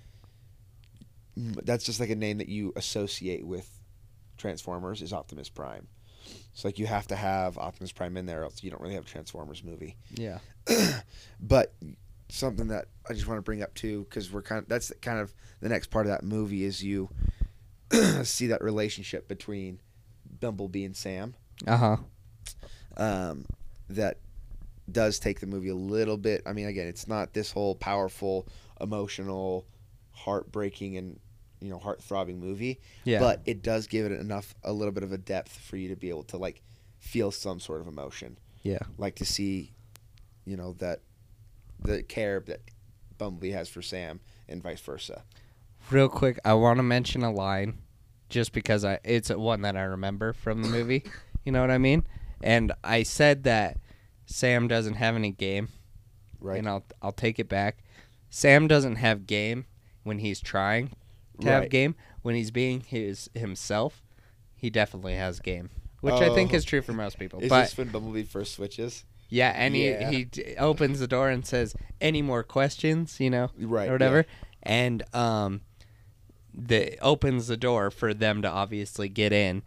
A: m- that's just like a name that you associate with Transformers is Optimus Prime. So like you have to have Optimus Prime in there, else you don't really have a Transformers movie.
B: Yeah.
A: But something that I just want to bring up too, because we're kind of that's kind of the next part of that movie is you <clears throat> see that relationship between Bumblebee and Sam.
B: Uh huh.
A: Um, that does take the movie a little bit. I mean, again, it's not this whole powerful, emotional, heartbreaking, and you know, heart throbbing movie
B: Yeah.
A: but it does give it enough a little bit of a depth for you to be able to like feel some sort of emotion
B: Yeah.
A: like to see you know that the care that bumblebee has for sam and vice versa
B: real quick, I want to mention a line, just because I it's one that I remember from
A: <laughs>
B: the movie. you know what I mean? And I said that Sam doesn't have any game,
A: right
B: and I'll I'll take it back. Sam doesn't have game when he's trying to have
A: Right.
B: game. When he's being his himself, he definitely has game, which I think
A: Oh.
B: is true for most people.
A: is
B: but
A: this when bumblebee first switches
B: yeah, and he
A: Yeah.
B: he d- opens the door and says, "Any more questions?" You know
A: right
B: or whatever, and um, the opens the door for them to obviously get in,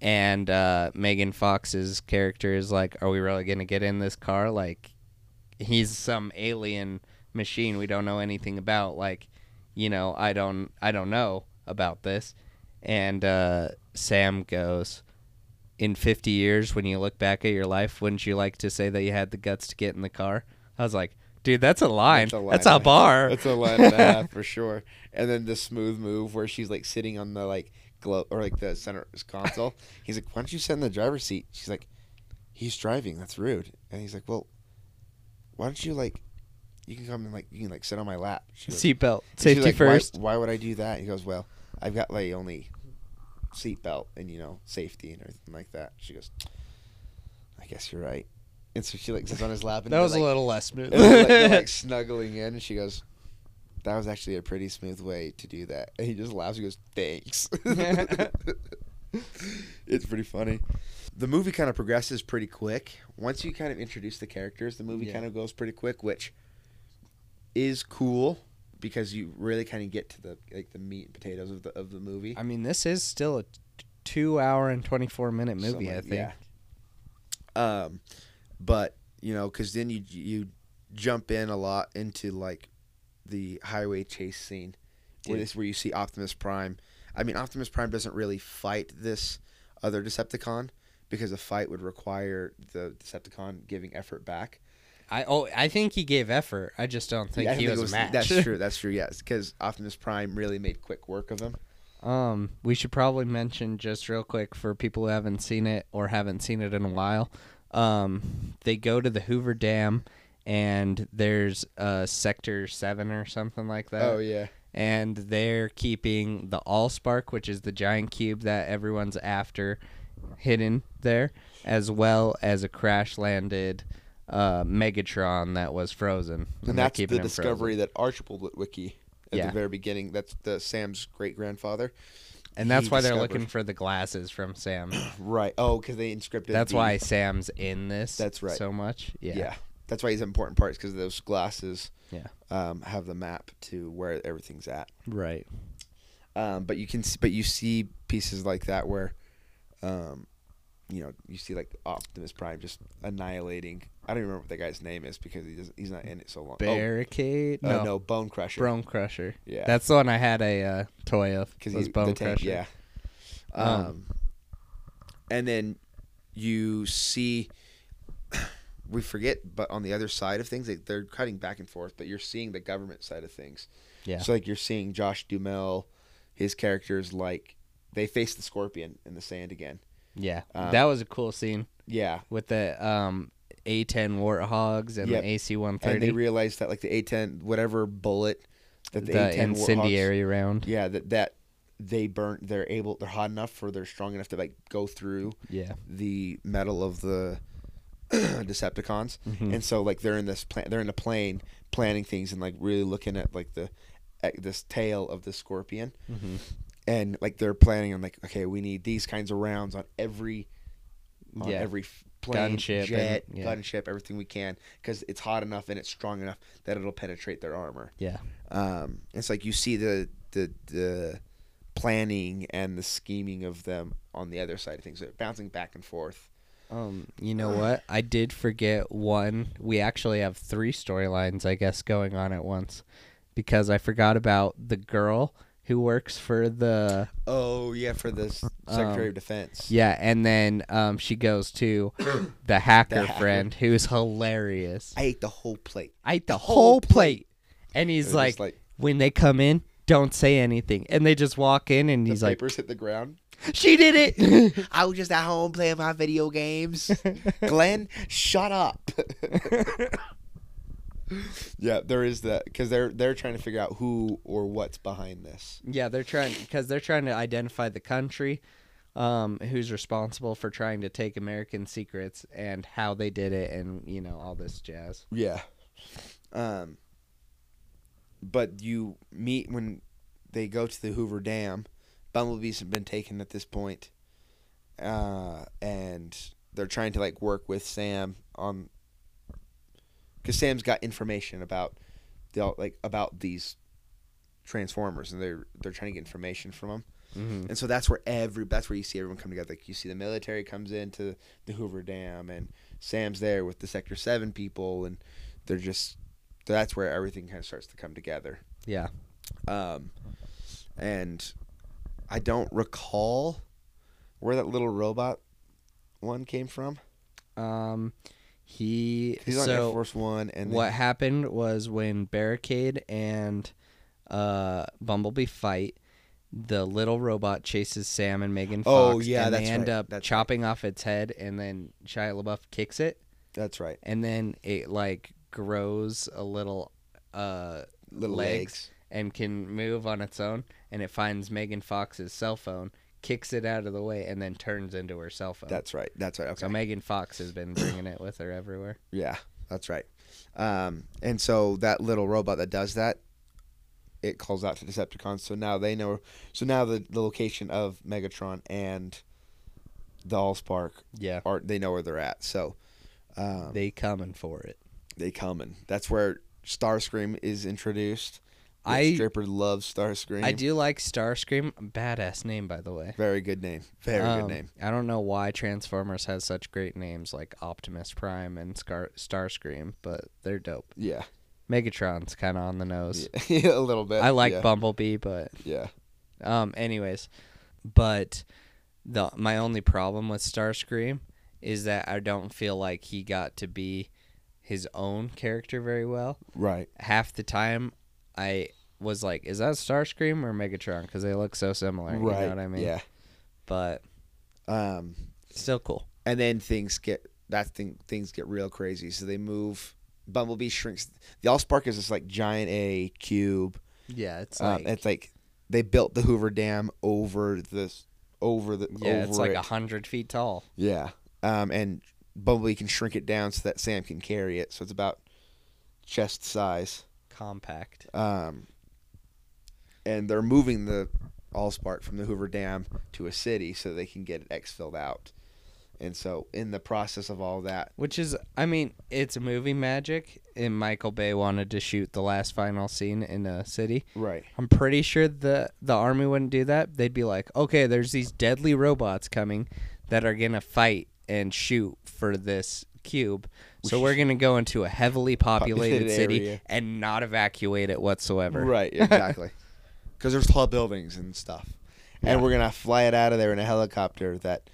B: and uh, Megan Fox's character is like, "Are we really gonna get in this car? Like, he's some alien machine we don't know anything about. Like, you know, I don't, I don't know about this." And uh, Sam goes. In 50 years, when you look back at your life, wouldn't you like to say that you had the guts to get in the car? I was like, dude, that's a line. That's a,
A: and half.
B: bar.
A: that's a line and a half for sure and then the smooth move where she's like sitting on the like glo or like the center
B: <laughs>
A: console he's like why don't you sit in the driver's seat she's like he's driving that's rude and he's like well why don't you like you can come and like you can like sit on my lap She goes-
B: <laughs> Seatbelt.
A: and she's
B: Safety
A: like, "Why-
B: first.
A: why, would i do that he goes well i've got like only seatbelt and you know safety and everything like that she goes i guess you're right and so she like sits on his lap and
B: That
A: they're,
B: was
A: like,
B: a little less smooth.
A: and they're <laughs> like,
B: <laughs>
A: they're, like, snuggling in, and she goes, "That was actually a pretty smooth way to do that." And he just laughs. and goes, "Thanks." <laughs> it's pretty funny. The movie kind of progresses pretty quick. Once you kind of introduce the characters, the movie
B: Yeah.
A: kind of goes pretty quick, which is cool because you really kind of get to the like the meat and potatoes of the of the movie.
B: I mean, this is still a t- two hour and 24 minute movie,
A: Something
B: I
A: like-
B: think.
A: yeah. Um, but you know, because then you you jump in a lot into like the highway chase scene, where
B: Dude.
A: this where you see Optimus Prime. I mean, Optimus Prime doesn't really fight this other Decepticon because a fight would require the Decepticon giving effort back.
B: I oh, I think he gave effort. I just don't think
A: Yeah, I
B: he
A: think
B: was,
A: it
B: a match.
A: That's true. That's true. Yes, because Optimus Prime really made quick work of him.
B: Um, we should probably mention just real quick for people who haven't seen it or haven't seen it in a while. Um, they go to the Hoover Dam, and there's uh, Sector Seven or something like that.
A: Oh, yeah,
B: and they're keeping the Allspark, which is the giant cube that everyone's after, hidden there, as well as a crash landed uh, Megatron that was frozen.
A: And
B: they're
A: that's the
B: keeping him
A: discovery that Archibald at
B: Yeah.
A: the very beginning. That's the Sam's great grandfather.
B: frozen. and that's
A: he
B: why they're
A: discovered.
B: looking for the glasses from Sam.
A: Right. Oh, because they inscripted.
B: That's
A: the-
B: why Sam's in this.
A: That's right.
B: So much. Yeah.
A: Yeah. That's why he's an important part because those glasses.
B: Yeah.
A: Um, have the map to where everything's at.
B: Right.
A: Oh. Um, but you can, s- but you see pieces like that where, um, you know, you see like Optimus Prime just annihilating. I don't even remember what that guy's name is because he doesn't, he's not in it so long.
B: Barricade.
A: Oh, uh,
B: no.
A: no, Bone Crusher.
B: Bone Crusher.
A: Yeah.
B: That's the one I had a uh, toy of.
A: because
B: was
A: he's
B: Bone
A: the tank,
B: Crusher.
A: Yeah.
B: Um,
A: Um, and then you see, <coughs> we forget, but on the other side of things, they, they're cutting back and forth. But you're seeing the government side of things.
B: Yeah.
A: So like you're seeing Josh Dumel, his characters like they face the scorpion in the sand again.
B: Yeah.
A: Um,
B: that was a cool scene
A: Yeah.
B: with the um, A10 Warthogs and
A: Yep.
B: the AC-130.
A: And they realize that like the A10, whatever bullet that the,
B: the
A: A10 Warthogs-
B: incendiary round.
A: yeah, that that they burn. They're able. They're hot enough for. They're strong enough to like go through.
B: Yeah.
A: the metal of the <clears throat> Decepticons, <laughs>
B: Mhm.
A: and so like they're in this plan, they're in a plane planning things and like really looking at like the at this tail of the scorpion,
B: Mhm.
A: and like they're planning on like okay, we need these kinds of rounds on every on
B: Yeah.
A: every f- plane,
B: Gunship and-
A: jet,
B: yeah.
A: gunship, everything we can because it's hot enough and it's strong enough that it'll penetrate their armor.
B: Yeah.
A: Um, it's like you see the the the planning and the scheming of them on the other side of things. They're bouncing back and forth.
B: Um, you know what? I did forget one. We actually have three storylines, I guess, going on at once, because I forgot about the girl who works for the
A: Oh yeah, for the s- Secretary of Defense.
B: Um, yeah, and then um, she goes to the hacker
A: hacker.
B: friend, who's hilarious.
A: I ate the whole plate.
B: I ate the
A: whole
B: whole plate, and
A: It
B: he's
A: was just
B: like, when they come in, don't say anything, and they just walk in, and
A: the
B: he's like,
A: papers hit the ground.
B: she did it.
A: <laughs>
B: <laughs>
A: I was just at home playing my video games. Glenn, shut
B: <laughs>
A: up. yeah, there is that because they're they're trying to figure out who or what's behind this.
B: Yeah, they're trying because they're trying to identify the country um, who's responsible for trying to take American secrets and how they did it, and you know all this jazz.
A: Yeah. Um. But you meet when they go to the Hoover Dam. Bumblebees have been taken at this point, uh, and they're trying to like work with Sam on because Sam's got information about the like about these transformers, and they're they're trying to get information from them.
B: Mm-hmm.
A: And so that's where every that's where you see everyone come together. Like you see the military comes into the Hoover Dam, and Sam's there with the Sector Seven people, and they're just that's where everything kind of starts to come together.
B: Yeah.
A: Um, and I don't recall where that little robot one came from.
B: Um, he
A: He's on Air
B: so
A: Force One, and
B: what happened was when Barricade and uh, Bumblebee fight. The little robot chases Sam and Megan
A: Oh,
B: Fox.
A: yeah,
B: and they
A: that's
B: end
A: right,
B: up
A: that's right.
B: chopping off its head, and then Shia LaBeouf kicks it,
A: that's right,
B: and then it like grows a little uh
A: little
B: Legs.
A: legs.
B: and can move on its own and it finds Megan Fox's cell phone, kicks it out of the way and then turns into her cell phone.
A: That's right, that's right. Okay,
B: So Megan Fox has been bringing it with her everywhere.
A: Yeah, that's right. Um, and so that little robot that does that, it calls out to Decepticons. So now they know. So now the, the location of Megatron and the Allspark
B: Yeah.
A: are they know where they're at. So um, they
B: They coming for it.
A: they coming. That's where Starscream is introduced. That
B: I-
A: stripper loves Starscream.
B: I do like Starscream, badass name by the way.
A: Very good name. Very
B: Um,
A: good name.
B: I don't know why Transformers has such great names like Optimus Prime and Scar- Starscream, but they're dope.
A: Yeah,
B: Megatron's kind of on the nose.
A: yeah. <laughs> a little bit.
B: I like
A: yeah.
B: Bumblebee, but
A: Yeah,
B: Um. Anyways, but the my only problem with Starscream is that I don't feel like he got to be his own character very well.
A: right.
B: Half the time, I was like, "Is that Starscream or Megatron?" Because they look so similar.
A: Right.
B: You know what I mean?
A: Yeah.
B: But
A: Um,
B: still cool.
A: and then things get that thing things get real crazy. So they move. Bumblebee shrinks. The Allspark is this like giant A cube
B: Yeah, Uh, it's
A: Um,
B: like
A: it's like they built the Hoover Dam over this over the
B: yeah,
A: over
B: it's like
A: it.
B: a hundred feet tall.
A: yeah. Um, and Bumblebee can shrink it down so that Sam can carry it. So it's about chest size.
B: Compact.
A: Um, and they're moving the Allspark from the Hoover Dam to a city so they can get it exfilled out. And so in the process of all that,
B: Which is, I mean, it's movie magic, and Michael Bay wanted to shoot the last final scene in a city.
A: right?
B: I'm pretty sure the the army wouldn't do that. They'd be like, okay, there's these deadly robots coming that are gonna fight and shoot for this cube. So
A: should-
B: we're gonna go into a heavily populated
A: Populated
B: city
A: area.
B: and not evacuate it whatsoever. <laughs>
A: Right, exactly. Because there's tall buildings and stuff, and we're gonna fly it out of there in a helicopter. That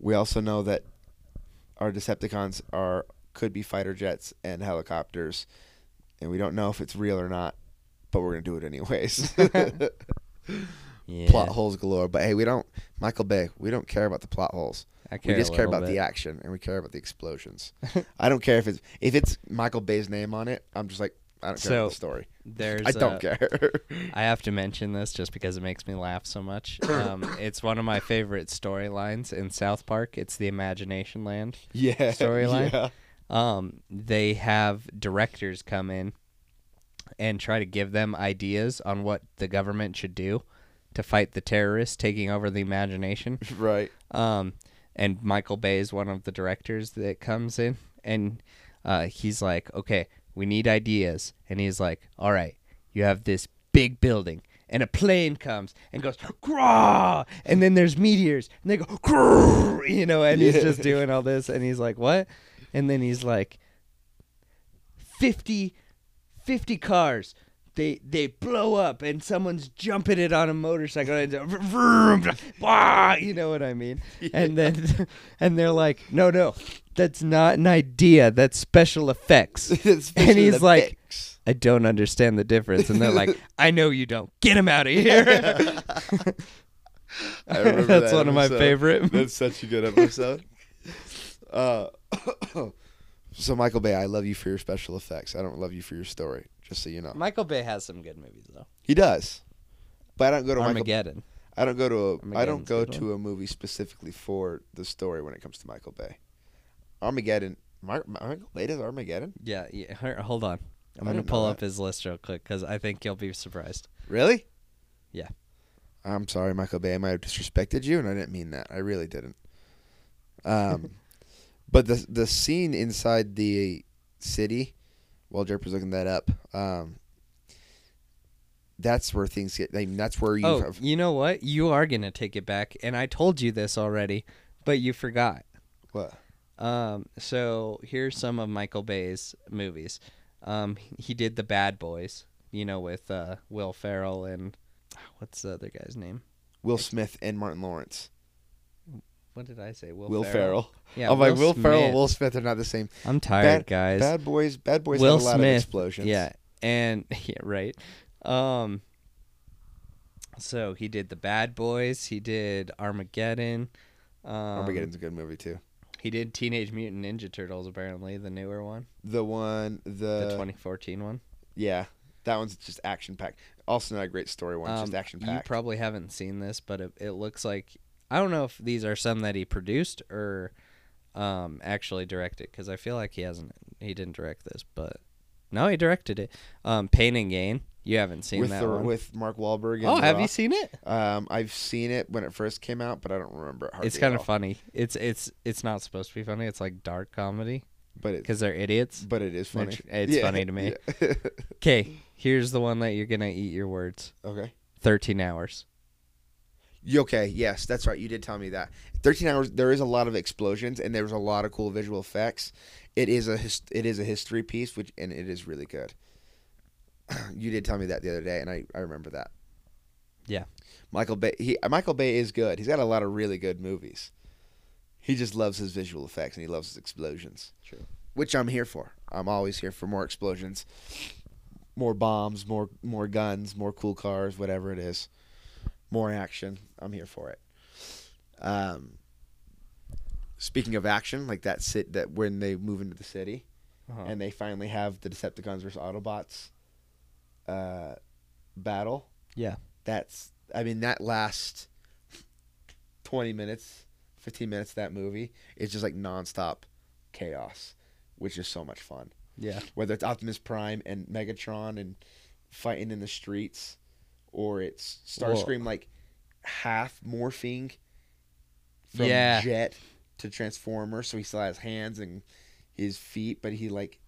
A: we also know that our Decepticons are could be fighter jets and helicopters, and we don't know if it's real or not, but we're gonna do it
B: <laughs>
A: anyways. <laughs>
B: Yeah,
A: Plot holes galore. But hey, we don't Michael Bay. We don't care about the plot holes.
B: I care
A: we just
B: a
A: care
B: little
A: about
B: bit.
A: the action and we care about the
B: <laughs>
A: explosions. I don't care if it's if it's Michael Bay's name on it. I'm just like I don't care about
B: So,
A: the story.
B: There's
A: I don't
B: a-
A: care. <laughs>
B: I have to mention this just because it makes me laugh so much. Um, it's one of my favorite storylines in South Park. It's the Imagination Land.
A: yeah.
B: Storyline?
A: yeah.
B: Um, they have directors come in and try to give them ideas on what the government should do to fight the terrorists taking over the imagination.
A: Right. <laughs>
B: Um, and Michael Bay is one of the directors that comes in, and uh, he's like, "Okay, we need ideas," and he's like, "All right, you have this big building." And a plane comes and goes, Grah! and then there's meteors, and they go, Grrr! you know, and he's
A: Yeah.
B: just doing all this, and he's like, what? And then he's like, 50, 50 cars, they they blow up, and somene's jumping it on a motorcycle, and it's vroom, blah, you know what I mean? And then, <laughs> and they're like, no, no, that's not an idea, that's special <laughs> effects.
A: It's
B: And
A: fishing
B: he's
A: the
B: like-
A: dicks.
B: I don't understand the difference. And they're <laughs> like, I know you don't. Get him out of <laughs> here.
A: I remember
B: <laughs> That's
A: that
B: one of my
A: episode.
B: favorite.
A: <laughs> That's such a
B: <laughs>
A: good episode. uh, <coughs> so Michael Bay, I love you for your special effects. I don't love you for your story. Just so you know,
B: Michael Bay has some good movies, though.
A: he does, but I don't go to Michael.
B: Armageddon.
A: I don't go to a. I don't
B: Armageddon's a
A: go
B: good
A: to a movie specifically for the story when it comes to Michael Bay. Armageddon. Mar- Michael Bay does Armageddon.
B: Yeah, yeah. her- Hold on. I'm
A: I
B: going to
A: didn't know
B: pull
A: that.
B: up his list real quick because I think you'll be surprised.
A: Really?
B: Yeah.
A: I'm sorry, Michael Bay. I might have disrespected you, and I didn't mean that. I really didn't.
B: <laughs>
A: Um, but the the scene inside the city, while Jerp was looking that up, um, that's where things get. I mean, that's where you.
B: oh,
A: have,
B: you know what? You are going to take it back. And I told you this already, but you forgot.
A: what?
B: Um, so here's some of Michael Bay's movies. Um, he did The Bad Boys, you know, with uh, Will Ferrell and ah, what's the other guy's name?
A: Will Smith and Martin Lawrence.
B: What did I say? Will,
A: Will, Ferrell.
B: Yeah,
A: I'm like Will Ferrell
B: Smith.
A: and Will Smith are not the same.
B: I'm
A: Bad-
B: tired, guys.
A: Bad boys. Bad boys
B: Will
A: have a lot
B: Smith.
A: of explosions.
B: Yeah, and <laughs> yeah, right. Um, so he did the Bad Boys. He did Armageddon. Um,
A: Armageddon's a good movie too.
B: He did Teenage Mutant Ninja Turtles. Apparently, the newer one,
A: The one the,
B: the 2014 one.
A: yeah that one's just action packed. Also not a great story one.
B: Um,
A: just action
B: You
A: packed.
B: probably haven't seen this, but it, it looks like I don't know if these are some that he produced or um, actually directed because I feel like he hasn't. He didn't direct this, but no, he directed it. Um, Pain and Gain. You haven't seen
A: with
B: that
A: the,
B: one.
A: with Mark Wahlberg. And
B: oh,
A: The
B: have you
A: Rock.
B: seen it?
A: Um, I've seen it when it first came out, but I don't remember it. Hardly
B: It's kind
A: at
B: of
A: all.
B: funny. It's it's it's not supposed to be funny. It's like dark comedy
A: but
B: <laughs>
A: it
B: because they're idiots.
A: but it is funny.
B: It's- it's funny to me.
A: <laughs> yeah. <laughs>
B: Okay, here's the one that you're gonna eat your words.
A: okay.
B: Thirteen hours.
A: You okay? Yes, that's right. You did tell me that. Thirteen hours. There is a lot of explosions, and there's a lot of cool visual effects. It is a his, it is a history piece, which and it is really good. <clears throat> you did tell me that the other day, and I, I remember that.
B: Yeah.
A: Michael Bay. He Michael Bay is good. He's got a lot of really good movies. He just loves his visual effects and he loves his explosions.
B: True.
A: Which I'm here for. I'm always here for more explosions, more bombs, more more guns, more cool cars, whatever it is, more action. I'm here for it. Um. Speaking of action, like that sit that when they move into the city
B: Uh-huh.
A: and they finally have the Decepticons versus Autobots. Uh, battle.
C: Yeah.
A: That's I mean that last 20 minutes, 15 minutes of that movie is just like nonstop chaos, which is so much fun.
C: Yeah.
A: Whether it's Optimus Prime and Megatron and fighting in the streets or it's Starscream like half morphing from
B: Yeah.
A: Jet to Transformer so he still has hands and his feet but he like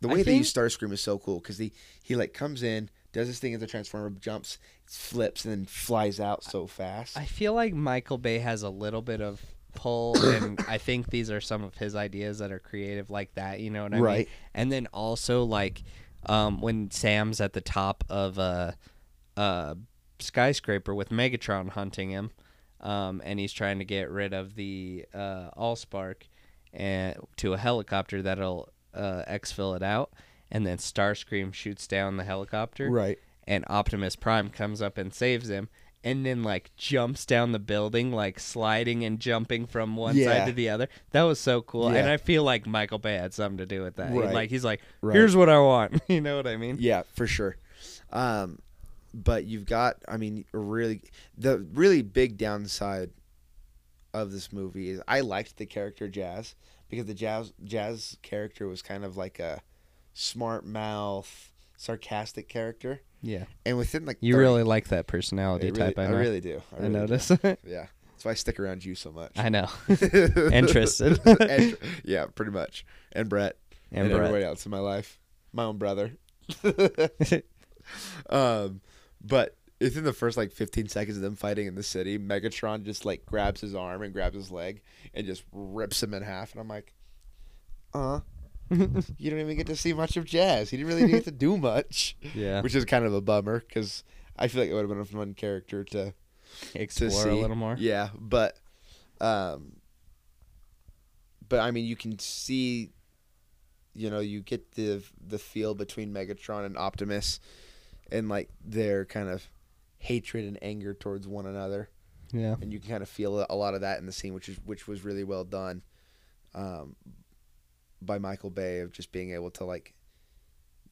A: the
B: I
A: way they
B: think-
A: use Starscream is so cool cuz he he like comes in does this thing as a transformer jumps flips and then flies out so fast
B: I feel like Michael Bay has a little bit of pull, and I think these are some of his ideas that are creative like that. You know what I
A: Right.
B: mean? And then also like um, when Sam's at the top of a, a skyscraper with Megatron hunting him, um, and he's trying to get rid of the uh, Allspark and to a helicopter that'll uh, exfil it out, and then Starscream shoots down the helicopter
A: right
B: and Optimus Prime comes up and saves him and then like jumps down the building like sliding and jumping from one
A: Yeah.
B: side to the other. That was so cool. And
A: Yeah.
B: I feel like Michael Bay had something to do with that. He-
A: Right.
B: Like he's like,
A: Right.
B: "Here's what I want." <laughs> you know what I mean?
A: yeah for sure um but you've got I mean a really the really big downside of this movie is I liked the character Jazz because the Jazz Jazz character was kind of like a smart mouth sarcastic character
B: Yeah.
A: and within like
B: You
A: 30
B: really like that
A: I
B: personality
A: really,
B: type, I,
A: I
B: know.
A: really do I,
B: I
A: really do.
B: notice.
A: yeah that's why I stick around you so much
B: <laughs>
A: <laughs>
B: I know. Interested.
A: Interested, yeah, pretty much. And Brett and,
B: And Brett.
A: everybody else in my life, my own
B: <laughs>
A: brother. um, but within the first like 15 seconds of them fighting in the city, Megatron just like grabs his arm and grabs his leg and just rips him in half. And I'm like, uh, you don't even get to see much of Jazz. He didn't really get to do much,
B: <laughs> yeah.
A: which is kind of a bummer because I feel like it would have been a fun character to
B: Explore a
A: see.
B: little more.
A: yeah, but um but I mean you can see you know, you get the the feel between Megatron and Optimus and like their kind of hatred and anger towards one another
B: Yeah.
A: and you can kind of feel a lot of that in the scene which is which was really well done um by Michael Bay of just being able to like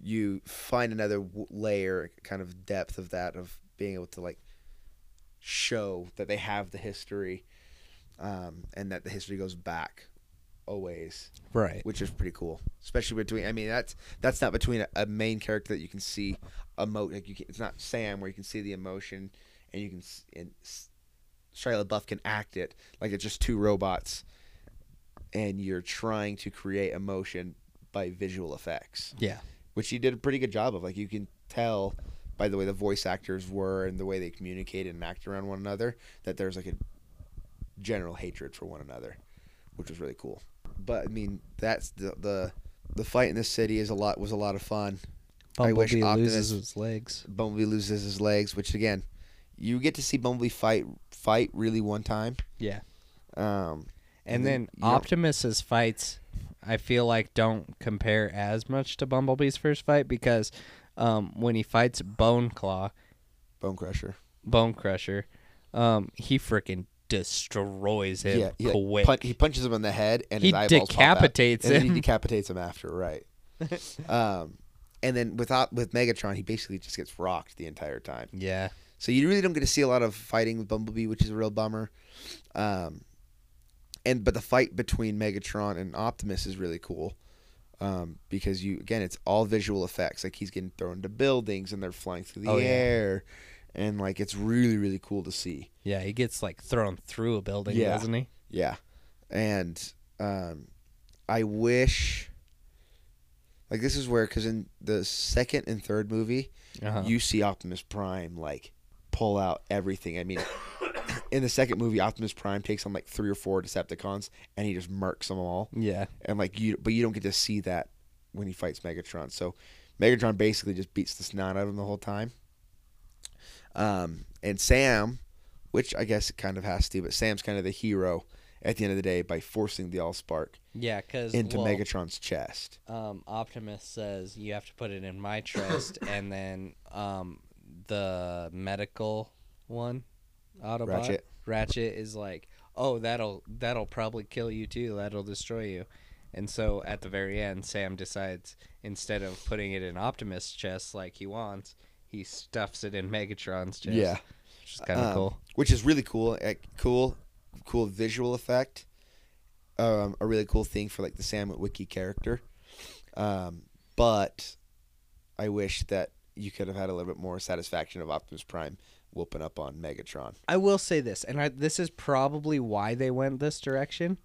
A: you find another w- layer kind of depth of that of being able to like show that they have the history um, and that the history goes back a ways
B: Right.
A: which is pretty cool especially between i mean that's that's not between a, a main character that you can see emote like you can, it's not sam where you can see the emotion and you can s- and s- Shia LaBeouf can act it like it's just two robots and you're trying to create emotion by visual effects
B: Yeah.
A: which he did a pretty good job of like you can tell by the way the voice actors were and the way they communicated and acted around one another that there's like a general hatred for one another which was really cool but i mean that's the the the fight in the city is a lot was a lot of fun I wish
B: Bumblebee loses
A: Optimus-
B: his legs.
A: Bumblebee loses his legs, which again, you get to see Bumblebee fight fight really one time.
B: Yeah.
A: Um,
B: And
A: And then
B: then
A: you don't-
B: Optimus's fights, I feel like don't compare as much to Bumblebee's first fight because um, when he fights Bone Claw,
A: Bone Crusher,
B: Bone Crusher, um, he freaking destroys him
A: yeah, yeah.
B: quick.
A: Pun- he punches him in the head and
B: he
A: his eyeballs pop out.
B: decapitates
A: and then
B: him.
A: he decapitates him after,
B: <laughs>
A: right? um, and then without with Megatron, he basically just gets rocked the entire time.
B: yeah,
A: So you really don't get to see a lot of fighting with Bumblebee, which is a real bummer. Um, and but the fight between Megatron and Optimus is really cool um, because you again it's all visual effects. Like he's getting thrown into buildings and they're flying through the
B: Oh, yeah.
A: air, and like it's really really cool to see.
B: yeah, he gets like thrown through a building,
A: Yeah.
B: doesn't he?
A: Yeah, and um, I wish like this is where because in the second and third movie
B: Uh-huh.
A: you see Optimus Prime like pull out everything. I mean, <coughs> in the second movie, Optimus Prime takes on like three or four Decepticons and he just murks them all.
B: yeah,
A: And like you, but you don't get to see that when he fights Megatron. So Megatron basically just beats the snot out of him the whole time. Um, and Sam, which I guess it kind of has to, but Sam's kind of the hero at the end of the day by forcing the Allspark
B: yeah, because
A: into Megatron's chest.
B: um, Optimus says you have to put it in
A: <coughs>
B: my trust, and then um, the medical one, Autobot
A: Ratchet.
B: Ratchet is like, oh, that'll that'll probably kill you too. That'll destroy you. And so at the very end, Sam decides instead of putting it in Optimus' chest like he wants, he stuffs it in Megatron's chest.
A: Yeah.
B: which is kind of
A: Um,
B: cool.
A: which is really cool. uh, Cool, cool visual effect. Um, a really cool thing for like the Sam Witwicky character. Um, but I wish that you could have had a little bit more satisfaction of Optimus Prime whooping up on Megatron.
B: I will say this, and I, this is probably why they went this direction.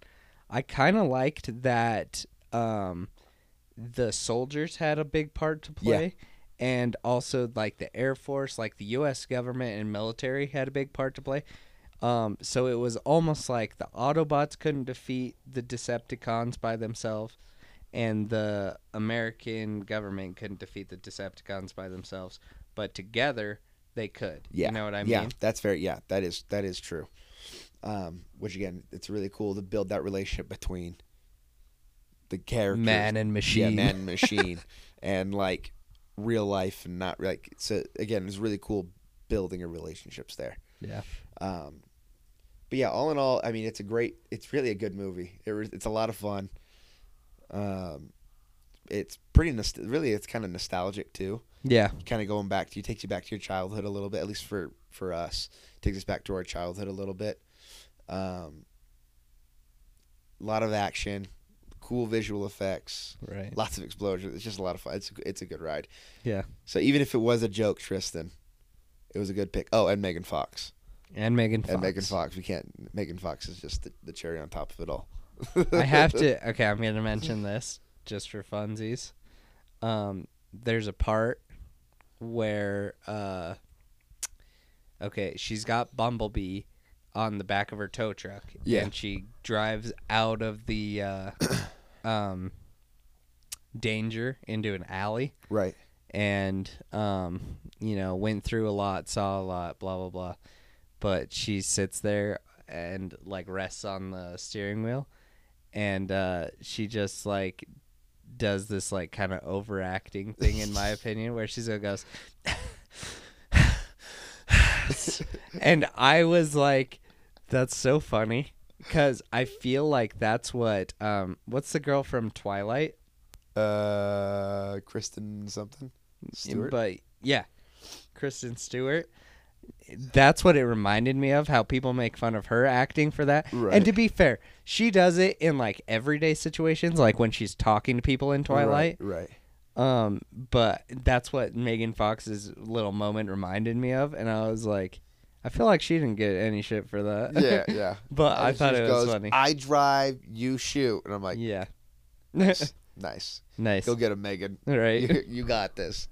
B: I kind of liked that um, the soldiers had a big part to
A: Yeah.
B: play, and also like the Air Force, like the U.S. government and military had a big part to play. Um, so it was almost like the Autobots couldn't defeat the Decepticons by themselves, and the American government couldn't defeat the Decepticons by themselves, but together they could.
A: Yeah.
B: You know what I
A: yeah,
B: mean?
A: that's very yeah, that is that is true. Um, which again, it's really cool to build that relationship between the characters,
B: man and machine.
A: yeah, man and machine, and like real life and not like so. Again, it's really cool building of relationships there.
B: Yeah.
A: Um, but yeah, all in all, I mean, it's a great, it's really a good movie. It was, it's a lot of fun. Um, it's pretty, nost- really, it's kind of nostalgic too.
B: Yeah.
A: Kind of going back to, it takes you back to your childhood a little bit, at least for, for us. takes us back to our childhood a little bit. Um, a lot of action, cool visual effects,
B: Right.
A: lots of explosions. It's just a lot of fun. It's a, it's a good ride.
B: Yeah.
A: So even if it was a joke, Tristan, it was a good pick. Oh, and Megan Fox
B: And Megan Fox.
A: and Megan Fox. We can't. Megan Fox is just the, the cherry on top of it all.
B: <laughs> I
A: <laughs>
B: have to. Okay, I'm going to mention this just for funsies. Um, there's a part where, uh, okay, she's got Bumblebee on the back of her tow truck.
A: Yeah.
B: And she drives out of the, uh, <coughs> um, danger into an alley.
A: Right.
B: and um, you know, went through a lot, saw a lot, blah blah blah. But she sits there and like rests on the steering wheel, and uh, she just like does this like kind of overacting thing, in my opinion, where she's like goes, and I was like, that's so funny. Cause I feel like that's what um what's the girl from Twilight?
A: <laughs> Uh, Kristen something. Stewart.
B: But yeah, Kristen Stewart. That's what it reminded me of. How people make fun of her acting for that.
A: Right.
B: And to be fair, she does it in like everyday situations, like when she's talking to people in Twilight.
A: Right. right.
B: Um, but that's what Megan Fox's little moment reminded me of, and I was like, I feel like she didn't get any shit for <laughs> that.
A: Yeah. Yeah.
B: but I
A: And she
B: thought
A: just
B: it was
A: goes,
B: funny.
A: I drive, you shoot, and I'm like,
B: yeah.
A: nice, nice.
B: <laughs> nice.
A: Go get him, Megan.
B: right.
A: You,
B: <laughs>
A: you got this.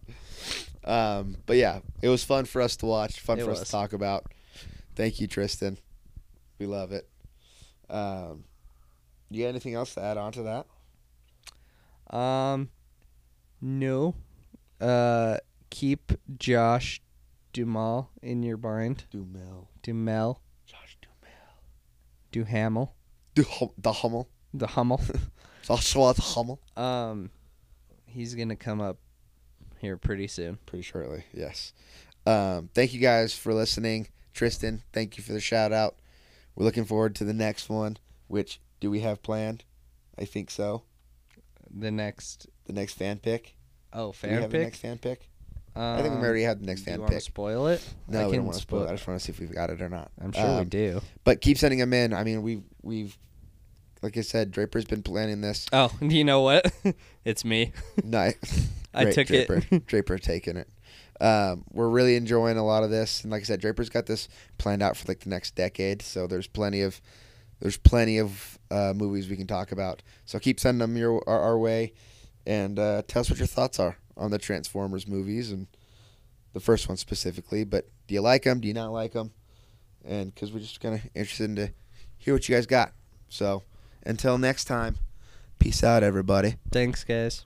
A: Um, but yeah, it was fun for us to watch. Fun
B: It
A: for us
B: was.
A: to talk about. Thank you, Tristan. We love it. Um, you got anything else to add on to that?
B: Um, no. Uh, keep Josh Dumal in your mind.
A: Dumel.
B: Dumel,
A: Josh Dumel.
B: Duhamel,
A: Du- the Hummel.
B: the Hummel. <laughs>
A: That's what Hummel.
B: um, he's gonna come up here pretty soon.
A: Pretty shortly, yes. Um, thank you guys for listening. Tristan, thank you for the shout out. We're looking forward to the next one, which do we have planned? I think so.
B: The next
A: The next fan pick. Do
B: oh
A: we
B: fan
A: have the
B: pick.
A: next fan pick?
B: um,
A: I think we already have the next
B: do you
A: fan
B: want to
A: pick.
B: spoil it?
A: No, we don't
B: can
A: want to spoil it. I just want to see if we've got it or not.
B: I'm sure we
A: Um, <laughs>
B: do.
A: But keep sending them in. I mean, we've we've like I said, Draper's been planning this.
B: Oh, <laughs> you know what? it's
A: <laughs>
B: me.
A: No,
B: I
A: Great,
B: took it.
A: Draper, Draper taking it. Um, we're really enjoying a lot of this, and like I said, Draper's got this planned out for like the next decade. So there's plenty of there's plenty of uh, movies we can talk about. So keep sending them your our, our way, and uh, tell us what your thoughts are on the Transformers movies and the first one specifically. But do you like them? Do you not like them? And because we're just kind of interested in to hear what you guys got. So until next time, peace out, everybody.
B: Thanks, guys.